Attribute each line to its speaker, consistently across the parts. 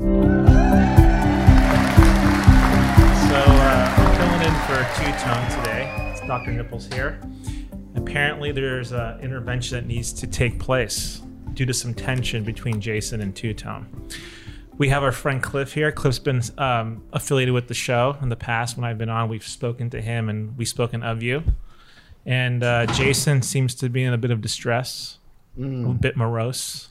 Speaker 1: uh, Dr. Nipples here. Apparently, there's an intervention that needs to take place due to some tension between Jason and Two Tone. We have our friend Cliff here. Cliff's been um, affiliated with the show in the past. When I've been on, we've spoken to him and we've spoken of you. And uh, Jason seems to be in a bit of distress, a bit morose,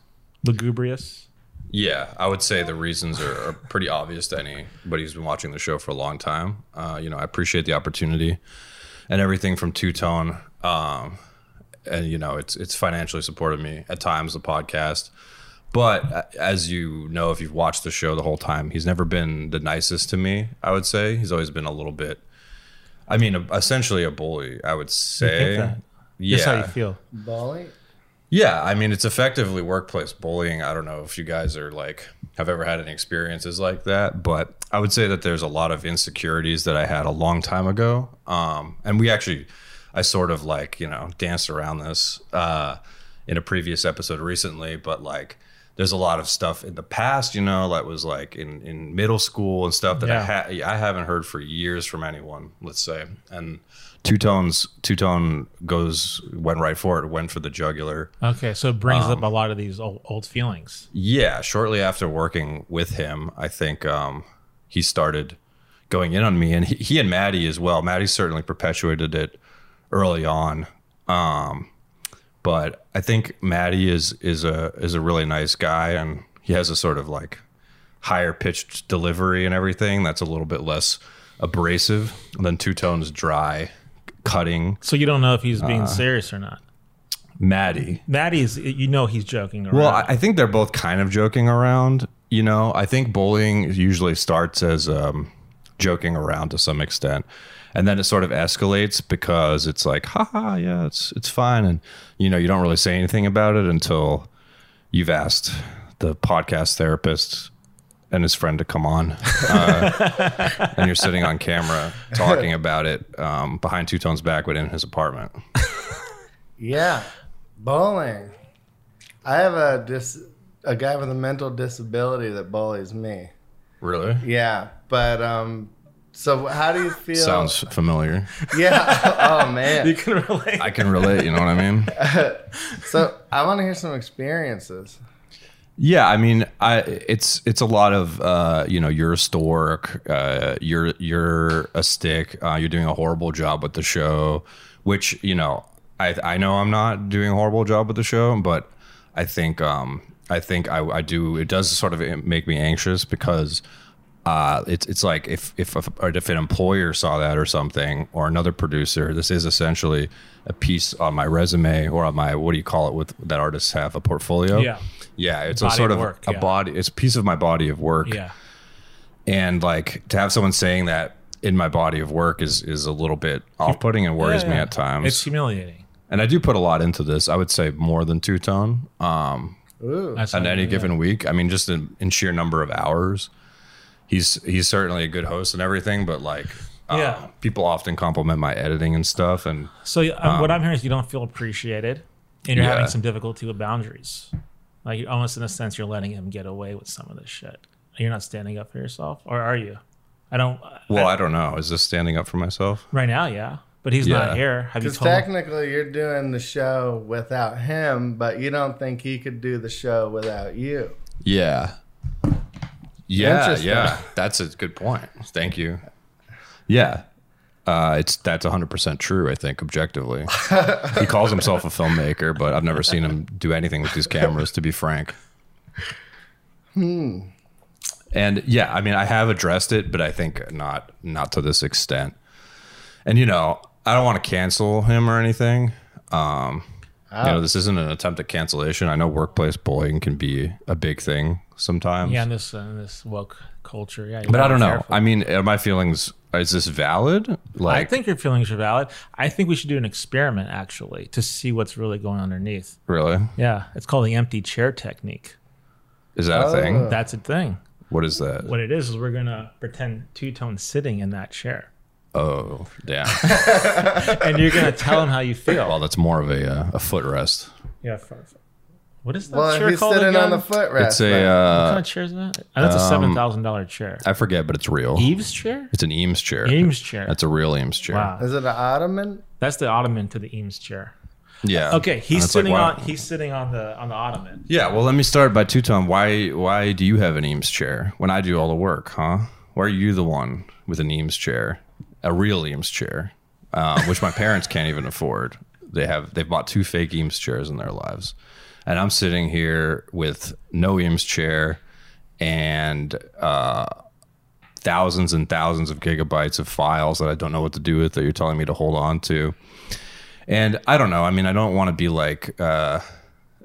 Speaker 1: lugubrious.
Speaker 2: Yeah, I would say the reasons are, are pretty obvious to anybody who's been watching the show for a long time. Uh, you know, I appreciate the opportunity and everything from Two Tone. Um, and you know, it's it's financially supported me at times the podcast. But uh, as you know, if you've watched the show the whole time, he's never been the nicest to me. I would say he's always been a little bit. I mean, a, essentially a bully. I would say.
Speaker 1: that?
Speaker 2: Yeah.
Speaker 1: That's how you feel.
Speaker 3: Bali?
Speaker 2: Yeah, I mean it's effectively workplace bullying. I don't know if you guys are like have ever had any experiences like that, but I would say that there's a lot of insecurities that I had a long time ago. Um, and we actually, I sort of like you know danced around this uh, in a previous episode recently, but like there's a lot of stuff in the past, you know, that was like in in middle school and stuff that I
Speaker 1: Yeah.
Speaker 2: had. I I haven't heard for years from anyone, let's say. And two tones, two tone goes went right for it, went for the jugular.
Speaker 1: Okay, so it brings up a lot of these old, old feelings.
Speaker 2: Yeah, shortly after working with him, I think um, he started going in on me, and he, he and Maddie as well. Maddie certainly perpetuated it early on, um, but I think Maddie is is a is a really nice guy, and he has a sort of like higher pitched delivery and everything that's a little bit less abrasive than two tones dry cutting
Speaker 1: So you don't know if he's being
Speaker 2: Uh.
Speaker 1: serious or not.
Speaker 2: Maddie.
Speaker 1: Maddie's, you know, he's joking around.
Speaker 2: Well, I, I think they're both kind of joking around. You know, I think bullying usually starts as um, joking around to some extent, and then it sort of escalates because it's like, "Ha ha, yeah, it's it's fine," and you know, you don't really say anything about it until you've asked the podcast therapist and his friend to come on, uh, and you're sitting on camera talking about it um, behind Two Tone's back, but in his apartment.
Speaker 3: Yeah. Bowling. I have a dis a guy with a mental disability that bullies me.
Speaker 2: Really?
Speaker 3: Yeah. But um so how do you feel
Speaker 2: Sounds familiar.
Speaker 3: Yeah. Oh
Speaker 1: you
Speaker 3: man.
Speaker 1: can relate.
Speaker 2: I can relate. You know what I mean?
Speaker 3: So I want to hear some experiences.
Speaker 2: Yeah, I mean, I it's it's a lot of uh, you know, you're a stork, uh, you're you're a stick, uh, you're doing a horrible job with the show, which you know, I I know I'm not doing a horrible job with the show, but I think um I think I, I do it does sort of make me anxious because uh, it's it's like if if if an employer saw that or something or another producer, this is essentially a piece on my resume or on my what do you call it with that artists have a portfolio.
Speaker 1: Yeah.
Speaker 2: yeah, it's
Speaker 1: Body
Speaker 2: a sort
Speaker 1: of
Speaker 2: of
Speaker 1: work,
Speaker 2: a
Speaker 1: yeah.
Speaker 2: body. It's a piece of my body of work,
Speaker 1: yeah.
Speaker 2: and like to have someone saying that in my body of work is is a little bit off putting and worries me
Speaker 1: Yeah.
Speaker 2: at times.
Speaker 1: It's humiliating.
Speaker 2: and I do put a lot into this. I would say more than two tone. Um,
Speaker 3: Ooh.
Speaker 1: That's
Speaker 2: on
Speaker 1: how-
Speaker 2: any given week. I mean, just in, in sheer number of hours, he's he's certainly a good host and everything. But like, uh,
Speaker 1: Yeah.
Speaker 2: people often compliment my editing and stuff. And
Speaker 1: So um, what I'm hearing is you don't feel appreciated, and you're having
Speaker 2: Yeah.
Speaker 1: some difficulty with boundaries. Like you're almost in a sense, you're letting him get away with some of this shit. You're not standing up for yourself, or are you? I don't.
Speaker 2: well, I don't know. Is this standing up for myself?
Speaker 1: right now, yeah, but he's not
Speaker 2: Yeah.
Speaker 1: here. Have you
Speaker 3: Because
Speaker 1: told? him?
Speaker 3: technically you're doing the show without him, but you don't think he could do the show without you.
Speaker 2: Yeah. Yeah,
Speaker 3: Interesting.
Speaker 2: yeah. That's a good point. Thank you. Yeah. Uh, it's that's 100% true, I think, objectively. he calls himself a filmmaker, but I've never seen him do anything with these cameras, to be frank. Hmm. And yeah, I mean, I have addressed it, but I think not not to this extent. And you know, I don't want to cancel him or anything. Um, You know, this isn't an attempt at cancellation. I know workplace bullying can be a big thing sometimes.
Speaker 1: Yeah, in this uh, in this woke culture, yeah. you
Speaker 2: But I
Speaker 1: gotta
Speaker 2: don't
Speaker 1: be
Speaker 2: know.
Speaker 1: careful.
Speaker 2: I mean, are my feelings is this valid?
Speaker 1: I
Speaker 2: Like
Speaker 1: think your feelings are valid. I think we should do an experiment actually to see what's really going underneath.
Speaker 2: really?
Speaker 1: Yeah, it's called the empty chair technique.
Speaker 2: Is that a thing?
Speaker 1: That's a thing.
Speaker 2: What is that?
Speaker 1: What it is is we're gonna pretend two tone sitting in that chair,
Speaker 2: Oh, damn.
Speaker 1: and you're gonna tell him how you feel.
Speaker 2: well, that's more of a uh, a footrest.
Speaker 1: Yeah, for, for- What is that
Speaker 3: Well,
Speaker 1: chair
Speaker 3: if he's
Speaker 1: called
Speaker 3: sitting
Speaker 1: again?
Speaker 3: on the footrest,
Speaker 2: It's a
Speaker 3: then-
Speaker 1: what
Speaker 2: uh,
Speaker 1: kind of chair is that? Oh, that's a seven thousand dollar chair.
Speaker 2: I forget, but it's real.
Speaker 1: Eaves chair?
Speaker 2: It's an Eames chair.
Speaker 1: Eames chair.
Speaker 2: That's a real Eames chair.
Speaker 1: wow.
Speaker 3: is it an ottoman?
Speaker 1: That's the ottoman to the Eames chair.
Speaker 2: Yeah.
Speaker 1: Okay,
Speaker 2: And
Speaker 1: he's
Speaker 2: it's like,
Speaker 1: sitting
Speaker 2: wow.
Speaker 1: on he's sitting on the on the ottoman.
Speaker 2: Yeah, well, let me start by Tuton. Why why do you have an Eames chair when I do all the work, huh? Why are you the one with an Eames chair, a real Eames chair, uh, which my parents can't even afford? They have they've bought two fake Eames chairs in their lives, and I'm sitting here with no Eames chair and uh, thousands and thousands of gigabytes of files that I don't know what to do with that you're telling me to hold on to. And I don't know. I mean, I don't want to be like uh,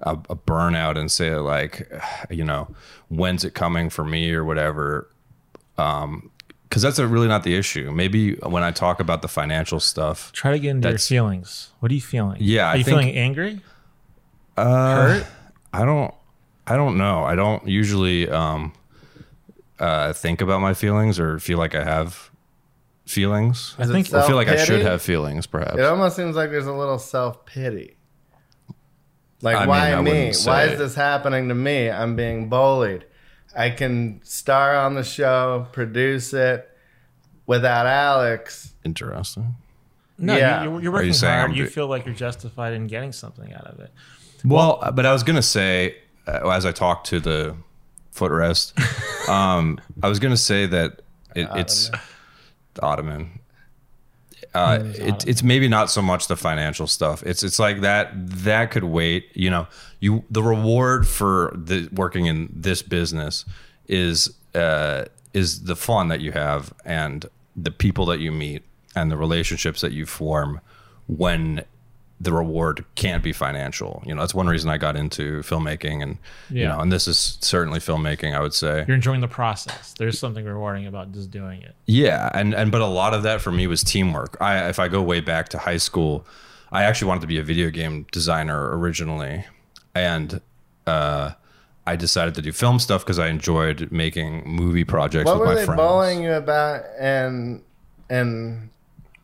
Speaker 2: a, a burnout and say like, you know, when's it coming for me or whatever. Because that's really not the issue. Maybe when I talk about the financial stuff,
Speaker 1: Try to get into
Speaker 2: That's-
Speaker 1: your feelings. What are you feeling?
Speaker 2: Yeah,
Speaker 1: Are
Speaker 2: I
Speaker 1: you
Speaker 2: think-
Speaker 1: feeling angry?
Speaker 2: Uh, I don't. I don't know. I don't usually um, uh, think about my feelings or feel like I have feelings.
Speaker 1: I think
Speaker 2: I feel like I should
Speaker 3: Self-pity?
Speaker 2: have feelings, perhaps.
Speaker 3: It almost seems like there's a little self pity. Like,
Speaker 2: I
Speaker 3: why
Speaker 2: mean, I
Speaker 3: me?
Speaker 2: wouldn't say-
Speaker 3: Why is this happening to me? I'm being bullied. I can star on the show, produce it without Alex.
Speaker 2: Interesting.
Speaker 1: no,
Speaker 3: yeah.
Speaker 1: you, you're, you're
Speaker 2: Are you
Speaker 1: working
Speaker 2: saying
Speaker 1: hard.
Speaker 2: I'm
Speaker 1: you
Speaker 2: do-
Speaker 1: feel like you're justified in getting something out of it.
Speaker 2: Well, but I was gonna say, uh, as I talked to the footrest, um, I was gonna say that it, it's the ottoman. Uh, it, it's maybe not so much the financial stuff. It's it's like that that could wait. You know, you the reward for the working in this business is uh, is the fun that you have and the people that you meet and the relationships that you form when the reward can't be financial. You know, that's one reason I got into filmmaking and you
Speaker 1: Yeah.
Speaker 2: know, and this is certainly filmmaking, I would say.
Speaker 1: You're enjoying the process. There's something rewarding about just doing it.
Speaker 2: Yeah, and and but a lot of that for me was teamwork. I if I go way back to high school, I actually wanted to be a video game designer originally, and uh, I decided to do film stuff because I enjoyed making movie projects
Speaker 3: What
Speaker 2: with
Speaker 3: were
Speaker 2: my
Speaker 3: they
Speaker 2: friends.
Speaker 3: bullying you about in in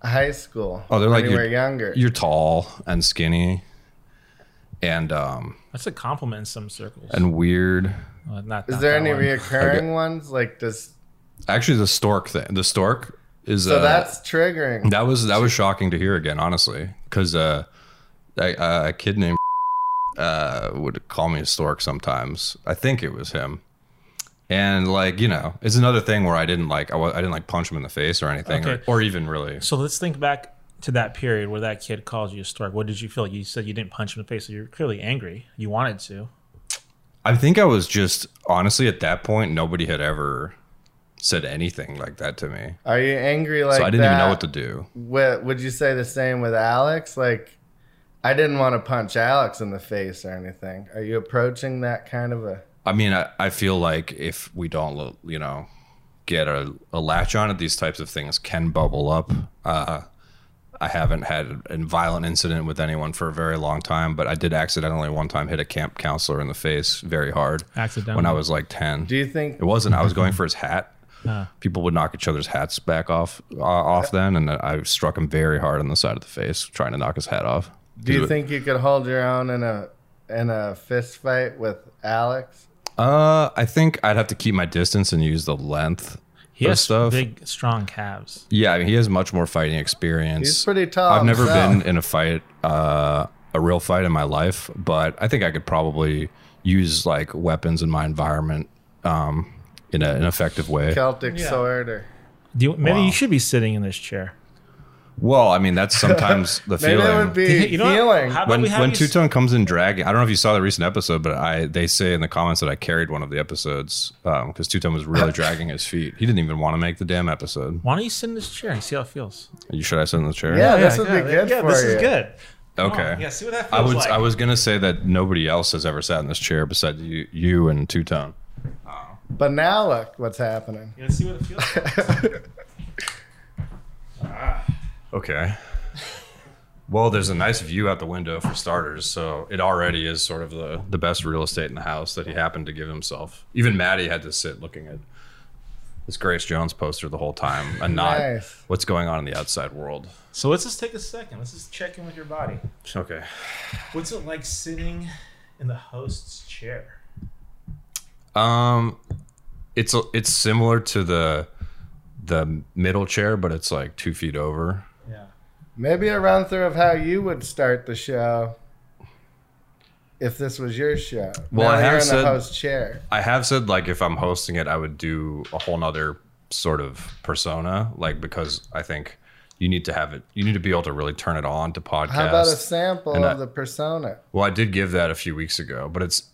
Speaker 3: high school?
Speaker 2: Oh, they're like,
Speaker 3: when you were
Speaker 2: you're-
Speaker 3: younger.
Speaker 2: You're tall and skinny, and um
Speaker 1: That's a compliment in some circles.
Speaker 2: and weird.
Speaker 1: Uh, not,
Speaker 3: is
Speaker 1: not
Speaker 3: there
Speaker 1: that
Speaker 3: any
Speaker 1: one.
Speaker 3: reoccurring ones? Like, does
Speaker 2: Actually, the stork thing. The stork is
Speaker 3: so
Speaker 2: uh,
Speaker 3: that's triggering.
Speaker 2: That was that was shocking to hear again, honestly, because uh, I- uh, a kid named uh, would call me a stork sometimes. I think it was him, and like you know, it's another thing where I didn't like I, wa- I didn't like punch him in the face or anything,
Speaker 1: Okay.
Speaker 2: or, or even really.
Speaker 1: So let's think back to that period where that kid called you a stork. What did you feel? You said you didn't punch him in the face, so you're clearly angry. You wanted to.
Speaker 2: I think I was just honestly at that point, nobody had ever said anything like that to me,
Speaker 3: Are you angry like
Speaker 2: so I didn't
Speaker 3: that?
Speaker 2: even know what to do.
Speaker 3: Would, would you say the same with Alex? Like, I didn't want to punch Alex in the face or anything. Are you approaching that kind of a?
Speaker 2: I mean, I, I feel like if we don't, lo- you know, get a, a latch on it, these types of things can bubble up. Uh, I haven't had a violent incident with anyone for a very long time, but I did accidentally one time hit a camp counselor in the face very hard
Speaker 1: Accidentally.
Speaker 2: when I was like 10.
Speaker 3: Do you think?
Speaker 2: It wasn't. I was going for his hat. People would knock each other's hats back off uh, off then, and I struck him very hard on the side of the face, trying to knock his hat off.
Speaker 3: Do you think you could hold your own in a in a fist fight with Alex?
Speaker 2: Uh, I think I'd have to keep my distance and use the length.
Speaker 1: He
Speaker 2: of
Speaker 1: has
Speaker 2: stuff.
Speaker 1: big, strong calves.
Speaker 2: Yeah, I mean, he has much more fighting experience.
Speaker 3: He's pretty tall
Speaker 2: I've never
Speaker 3: himself.
Speaker 2: been in a fight, uh, a real fight in my life, but I think I could probably use like weapons in my environment um, in a, an effective way.
Speaker 3: Celtic sword or
Speaker 1: Do you, maybe
Speaker 2: Wow.
Speaker 1: you should be sitting in this chair.
Speaker 2: Well, I mean, that's sometimes the
Speaker 3: maybe
Speaker 2: feeling.
Speaker 3: it would be
Speaker 1: You know what?
Speaker 3: healing.
Speaker 1: How about
Speaker 2: when
Speaker 1: we have
Speaker 2: when
Speaker 1: you
Speaker 2: Two
Speaker 1: s-
Speaker 2: Tone comes in dragging, I don't know if you saw the recent episode, but I they say in the comments that I carried one of the episodes because Two Tone was really dragging his feet. He didn't even want to make the damn episode.
Speaker 1: Why don't you sit in this chair and see how it feels?
Speaker 2: You should I sit in the chair?
Speaker 3: Yeah, Oh, this would be good
Speaker 1: yeah,
Speaker 3: for
Speaker 1: this
Speaker 3: you.
Speaker 1: is good.
Speaker 2: Okay.
Speaker 1: on, yeah, see what that
Speaker 2: I
Speaker 1: feels
Speaker 2: was
Speaker 1: like.
Speaker 2: I was gonna say that nobody else has ever sat in this chair besides you, you and Two Tone.
Speaker 3: But now look what's happening.
Speaker 1: You know, see what it feels like.
Speaker 2: Okay. Well, there's a nice view out the window for starters, so it already is sort of the, the best real estate in the house that he happened to give himself. Even Maddie had to sit looking at this Grace Jones poster the whole time and not
Speaker 3: Nice.
Speaker 2: what's going on in the outside world.
Speaker 1: So let's just take a second. Let's just check in with your body.
Speaker 2: Okay.
Speaker 1: What's it like sitting in the host's chair?
Speaker 2: Um, it's it's similar to the the middle chair, but it's like two feet over.
Speaker 1: Yeah.
Speaker 3: Maybe a run through of how you would start the show if this was your show.
Speaker 2: Well,
Speaker 3: Now
Speaker 2: I have
Speaker 3: you're in
Speaker 2: said-
Speaker 3: the host chair.
Speaker 2: I have said like if I'm hosting it, I would do a whole nother sort of persona, like because I think you need to have it. You need to be able to really turn it on to podcast.
Speaker 3: How about a sample
Speaker 2: And
Speaker 3: of
Speaker 2: I-
Speaker 3: the persona?
Speaker 2: well, I did give that a few weeks ago, but it's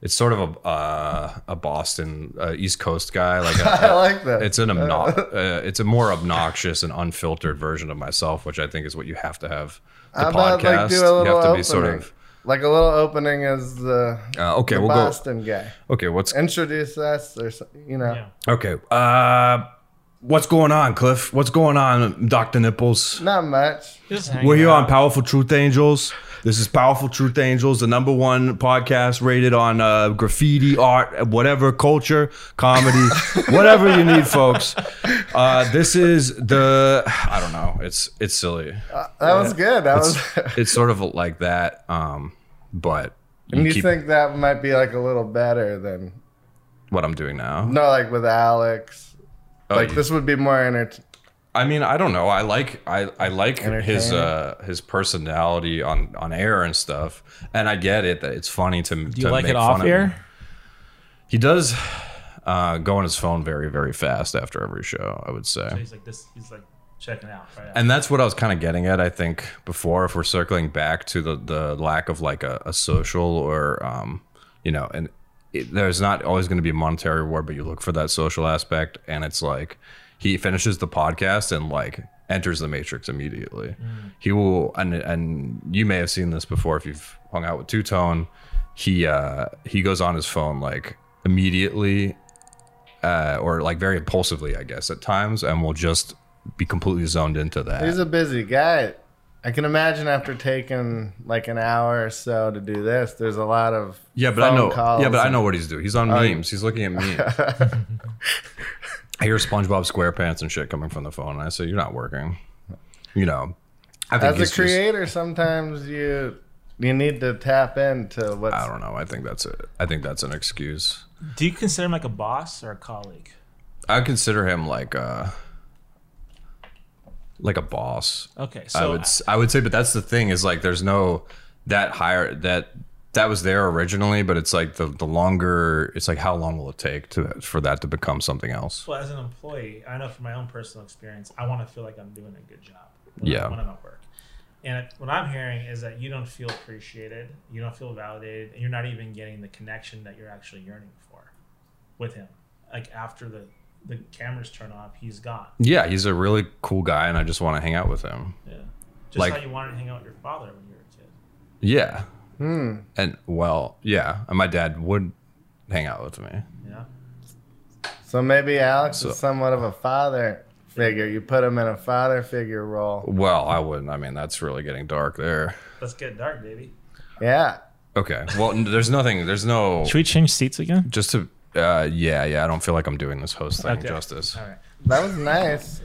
Speaker 2: it's sort of a uh, a Boston uh, East Coast guy, like a,
Speaker 3: I like that.
Speaker 2: it's an obno- uh, it's a more obnoxious and unfiltered version of myself, which I think is what you have to have. The
Speaker 3: How
Speaker 2: podcast,
Speaker 3: about like do a
Speaker 2: you have
Speaker 3: little
Speaker 2: to
Speaker 3: opening?
Speaker 2: be sort of
Speaker 3: like a little opening as the,
Speaker 2: uh, okay.
Speaker 3: the
Speaker 2: we'll
Speaker 3: Boston guy.
Speaker 2: go. Okay, what's
Speaker 3: Introduce us or so- you know.
Speaker 1: Yeah.
Speaker 2: okay? Uh, what's going on, Cliff? What's going on, Doctor Nipples?
Speaker 3: Not much.
Speaker 1: Just
Speaker 2: We're
Speaker 1: hanging
Speaker 2: here
Speaker 1: out.
Speaker 2: on Powerful Truth Angels. This is Powerful Truth Angels, the number one podcast rated on uh, graffiti, art, whatever, culture, comedy, whatever you need, folks. Uh, this is the I don't know. It's it's silly.
Speaker 3: That was good. That was
Speaker 2: it's sort of like that, um, but you
Speaker 3: and you
Speaker 2: keep
Speaker 3: think that might be like a little better than
Speaker 2: what I'm doing now.
Speaker 3: no like with Alex.
Speaker 2: Oh,
Speaker 3: like
Speaker 2: you-
Speaker 3: this would be more entertaining.
Speaker 2: I mean, I don't know. I like I, I like his
Speaker 3: Entertaining.
Speaker 2: uh, his personality on, on air and stuff, and I get it that it's funny to
Speaker 1: Do you like it off air?
Speaker 2: He does uh, go on his phone very very fast after every show. I would say.
Speaker 1: He's like this. He's like checking out. Right
Speaker 2: And that's what I was kind of getting at, I think, before. If we're circling back to the, the lack of like a, a social or, um, you know, and it, there's not always going to be a monetary reward, but you look for that social aspect. And it's like he finishes the podcast and like enters the matrix immediately. He will, and, and you may have seen this before if you've hung out with Two Tone. He, uh, he goes on his phone like immediately uh, or like very impulsively, I guess, at times, and will just be completely zoned into that.
Speaker 3: He's a busy guy. I can imagine after taking like an hour or so to do this, there's a lot of
Speaker 2: yeah, but I
Speaker 3: phone
Speaker 2: know.
Speaker 3: calls
Speaker 2: Yeah, but I
Speaker 3: and-
Speaker 2: know what he's doing. He's on memes. He's looking at memes. I hear SpongeBob SquarePants and shit coming from the phone, and I say, "You're not working." You know, I think
Speaker 3: As
Speaker 2: he's just-
Speaker 3: a creator, sometimes you you need to tap into what's
Speaker 2: I don't know. I think that's it. I think that's an excuse.
Speaker 1: Do you consider him like a boss or a colleague?
Speaker 2: I consider him like a like a boss.
Speaker 1: Okay,
Speaker 2: I
Speaker 1: so
Speaker 2: would s- I would say, but that's the thing is like there's no that higher that that was there originally, but it's like the the longer it's like how long will it take to for that to become something else?
Speaker 1: well, as an employee, I know from my own personal experience, I want to feel like I'm doing a good job. When
Speaker 2: Yeah.
Speaker 1: I, when I'm at work, and it- what I'm hearing is that you don't feel appreciated, you don't feel validated, and you're not even getting the connection that you're actually yearning for with him. Like after the the cameras turn off, he's gone.
Speaker 2: Yeah, he's a really cool guy, and I just want to hang out with him.
Speaker 1: Yeah. Just
Speaker 2: Like-
Speaker 1: how you wanted to hang out with your father when you were a kid.
Speaker 2: Yeah,
Speaker 3: Hmm.
Speaker 2: and well, yeah, and my dad would hang out with me.
Speaker 1: You know?
Speaker 3: So maybe Alex
Speaker 2: So-
Speaker 3: is somewhat of a father figure. You put him in a father figure role.
Speaker 2: Well, I wouldn't. I mean, that's really getting dark there.
Speaker 1: Let's get dark, baby.
Speaker 3: Yeah.
Speaker 2: Okay. Well, n- there's nothing. There's no
Speaker 1: we change seats again?
Speaker 2: just to. Uh, yeah, yeah. I don't feel like I'm doing this host thing
Speaker 1: Okay.
Speaker 2: justice.
Speaker 1: All right.
Speaker 3: That was nice.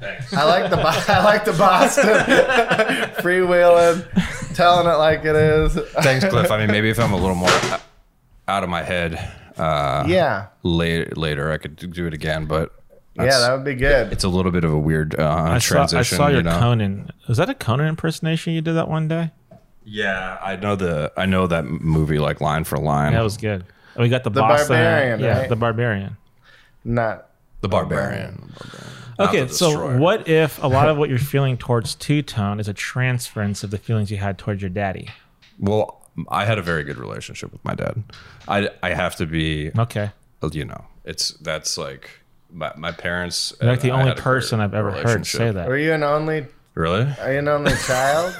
Speaker 2: Thanks.
Speaker 3: I like the Bo- I like the Boston freewheeling, telling it like it is.
Speaker 2: Thanks, Cliff. I mean, maybe if I'm a little more out of my head uh,
Speaker 3: yeah,
Speaker 2: later, later I could do it again. But
Speaker 3: yeah,
Speaker 2: that's-
Speaker 3: that would be good.
Speaker 2: it's a little bit of a weird uh,
Speaker 1: I saw,
Speaker 2: transition.
Speaker 1: I saw your
Speaker 2: you know?
Speaker 1: Conan. Was that a Conan impersonation you did that one day?
Speaker 2: Yeah, I know the I know that movie like line for line.
Speaker 1: That was good. And we got the, Boston.
Speaker 3: Barbarian,
Speaker 1: yeah,
Speaker 3: right?
Speaker 1: the barbarian.
Speaker 3: Not
Speaker 2: the barbarian. Not
Speaker 1: Okay,
Speaker 2: the
Speaker 1: so
Speaker 2: Destroyer.
Speaker 1: what if a lot of what you're feeling towards Two Tone is a transference of the feelings you had towards your daddy?
Speaker 2: Well, I had a very good relationship with my dad. I I have to be
Speaker 1: Okay,
Speaker 2: you know it's that's like my, my parents.
Speaker 1: you're like the
Speaker 2: and I
Speaker 1: only
Speaker 2: had a great
Speaker 1: person I've ever heard say
Speaker 2: relationship.
Speaker 1: that.
Speaker 3: were you an only?
Speaker 2: Really,
Speaker 3: Are you an only child?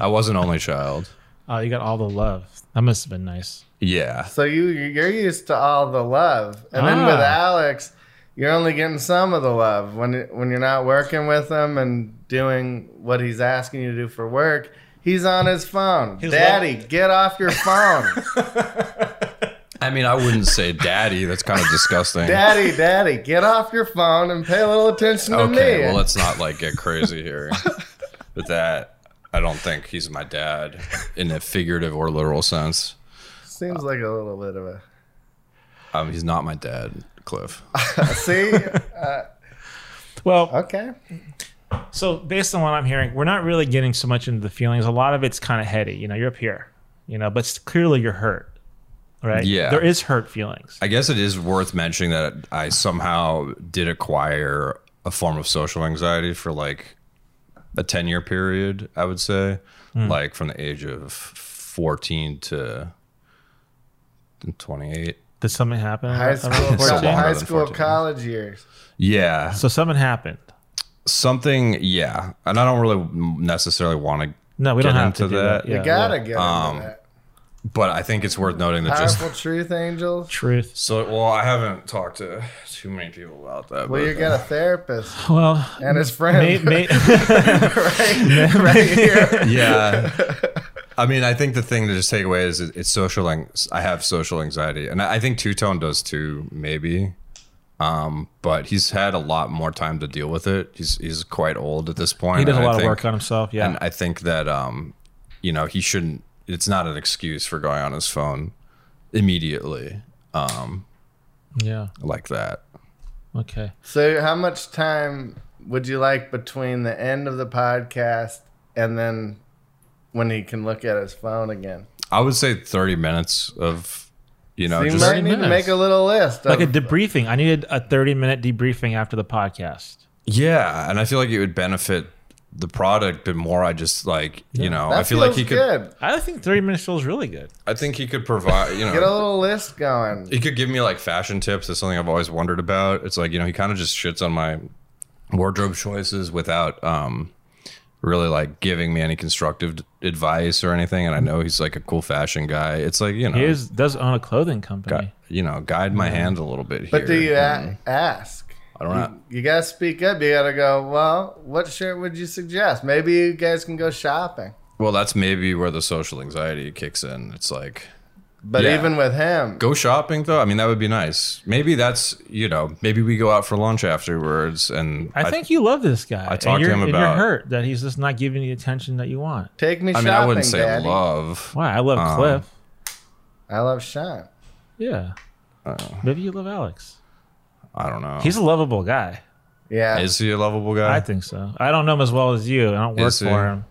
Speaker 2: I was an only child.
Speaker 1: Oh, you got all the love. That must have been nice.
Speaker 2: Yeah,
Speaker 3: So you you're used to all the love, and then with
Speaker 1: Ah.
Speaker 3: Alex, you're only getting some of the love when when you're not working with him and doing what he's asking you to do for work. He's on his phone. Daddy, get off your phone.
Speaker 2: I mean, I wouldn't say daddy. That's kind of disgusting.
Speaker 3: daddy, daddy, get off your phone and pay a little attention to
Speaker 2: okay,
Speaker 3: me.
Speaker 2: well, let's not like get crazy here. With that, I don't think he's my dad in a figurative or literal sense.
Speaker 3: Seems like a little bit of a.
Speaker 2: Um, he's not my dad, Cliff.
Speaker 3: See? Uh,
Speaker 1: Well,
Speaker 3: okay.
Speaker 1: so based on what I'm hearing, we're not really getting so much into the feelings. A lot of it's kind of heady. You know, you're up here, you know, but s- clearly you're hurt, right?
Speaker 2: Yeah.
Speaker 1: There is hurt feelings.
Speaker 2: I guess it is worth mentioning that I somehow did acquire a form of social anxiety for like a 10 year period, I would say, like from the age of 14 to 28.
Speaker 1: Did something happen?
Speaker 3: High
Speaker 1: around
Speaker 3: school,
Speaker 1: 14?
Speaker 2: longer
Speaker 3: high
Speaker 2: than
Speaker 3: school
Speaker 2: 14.
Speaker 3: college years.
Speaker 2: Yeah.
Speaker 1: So something happened.
Speaker 2: Something, yeah. And I don't really necessarily want to,
Speaker 1: No, we don't
Speaker 2: Get
Speaker 1: have to
Speaker 2: into
Speaker 1: do that.
Speaker 2: that.
Speaker 1: Yeah,
Speaker 3: You gotta
Speaker 1: yeah.
Speaker 3: get into that.
Speaker 2: but Um, I think it's worth noting that just.
Speaker 3: Powerful truth, angels.
Speaker 1: truth.
Speaker 2: So, well, I haven't talked to too many people about that.
Speaker 3: Well,
Speaker 2: but-
Speaker 3: you got a therapist
Speaker 1: Well,
Speaker 3: and his
Speaker 1: may,
Speaker 3: friend
Speaker 1: may,
Speaker 3: right, right here.
Speaker 2: yeah. I mean, I think the thing to just take away is it- it's social. Ang- I have social anxiety, and I I think Two Tone does too, maybe. Um, but he's had a lot more time to deal with it. He's he's quite old at this point.
Speaker 1: he does a
Speaker 2: and I
Speaker 1: lot of
Speaker 2: think-
Speaker 1: work on himself. Yeah.
Speaker 2: And I think that um, you know, he shouldn't. It's not an excuse for going on his phone immediately, um,
Speaker 1: yeah.
Speaker 2: like that.
Speaker 1: Okay.
Speaker 3: So, how much time would you like between the end of the podcast and then when he can look at his phone again?
Speaker 2: I would say thirty minutes of, you know,
Speaker 3: So you
Speaker 2: just
Speaker 3: might
Speaker 1: 30
Speaker 3: need to
Speaker 1: minutes.
Speaker 3: make a little list.
Speaker 1: Like a
Speaker 3: of-
Speaker 1: debriefing. I needed a 30 minute debriefing after the podcast.
Speaker 2: Yeah, and I feel like it would benefit the product, but more I just like you know
Speaker 3: that
Speaker 2: I feel like
Speaker 3: feels
Speaker 2: he could.
Speaker 3: good.
Speaker 1: I think 30 minutes feels really good.
Speaker 2: I think he could provide you
Speaker 3: Get a
Speaker 2: know
Speaker 3: little list going.
Speaker 2: he could give me like fashion tips. That's something I've always wondered about. It's like you know he kind of just shits on my wardrobe choices without um really like giving me any constructive d- advice or anything. And I know he's like a cool fashion guy. It's like you know
Speaker 1: He is, does own a clothing company.
Speaker 2: gu- you know guide my hand a little bit.
Speaker 3: But do
Speaker 2: here.
Speaker 3: you uh, a- ask?
Speaker 2: I don't know.
Speaker 3: You gotta speak up. You gotta go. Well, what shirt would you suggest? Maybe you guys can go shopping.
Speaker 2: Well, that's maybe where the social anxiety kicks in. It's like
Speaker 3: But
Speaker 2: Yeah.
Speaker 3: even with him,
Speaker 2: go shopping though i mean that would be nice maybe that's you know maybe we go out for lunch afterwards and
Speaker 1: I think you love this guy. I
Speaker 2: talked to him
Speaker 1: You're
Speaker 2: about-
Speaker 1: hurt that he's just not giving you the attention that you want.
Speaker 3: take me
Speaker 2: i,
Speaker 3: shopping,
Speaker 2: mean i wouldn't say
Speaker 3: Daddy.
Speaker 2: love
Speaker 1: Wow, I love
Speaker 2: Um,
Speaker 1: Cliff.
Speaker 3: I love Sean.
Speaker 1: Yeah.
Speaker 2: uh,
Speaker 1: Maybe you love Alex.
Speaker 2: i don't know
Speaker 1: He's a lovable guy.
Speaker 3: Yeah.
Speaker 2: is he a lovable guy
Speaker 1: I think so. I don't know him as well as you. I don't work
Speaker 2: Uh. Is he?
Speaker 1: for him.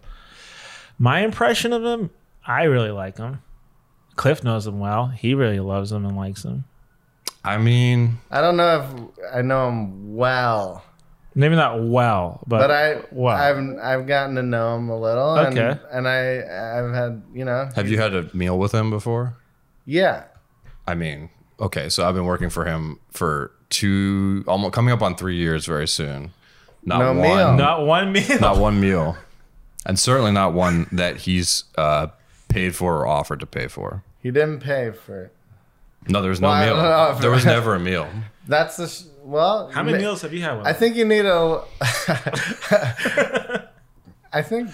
Speaker 1: My impression of him, I really like him. Cliff knows him well. He really loves him and likes him.
Speaker 2: i mean
Speaker 3: I don't know if I know him well,
Speaker 1: Maybe not well, but,
Speaker 3: but I
Speaker 1: well.
Speaker 3: I've I've gotten to know him a little.
Speaker 1: Okay.
Speaker 3: And, and I I've had you know
Speaker 2: have you had a meal with him before
Speaker 3: yeah
Speaker 2: i mean okay so i've been working for him for two almost coming up on three years very soon not
Speaker 3: No
Speaker 2: one
Speaker 3: meal.
Speaker 1: not one meal.
Speaker 2: not one meal and certainly not one that he's uh paid for or offered to pay for
Speaker 3: he didn't pay for it.
Speaker 2: no there was no
Speaker 3: Well, I don't know
Speaker 2: meal
Speaker 3: if-
Speaker 2: there was never a meal
Speaker 3: That's the sh- well.
Speaker 1: How many
Speaker 3: ma-
Speaker 1: meals have you had with
Speaker 3: I
Speaker 1: him?
Speaker 3: think you need a. I think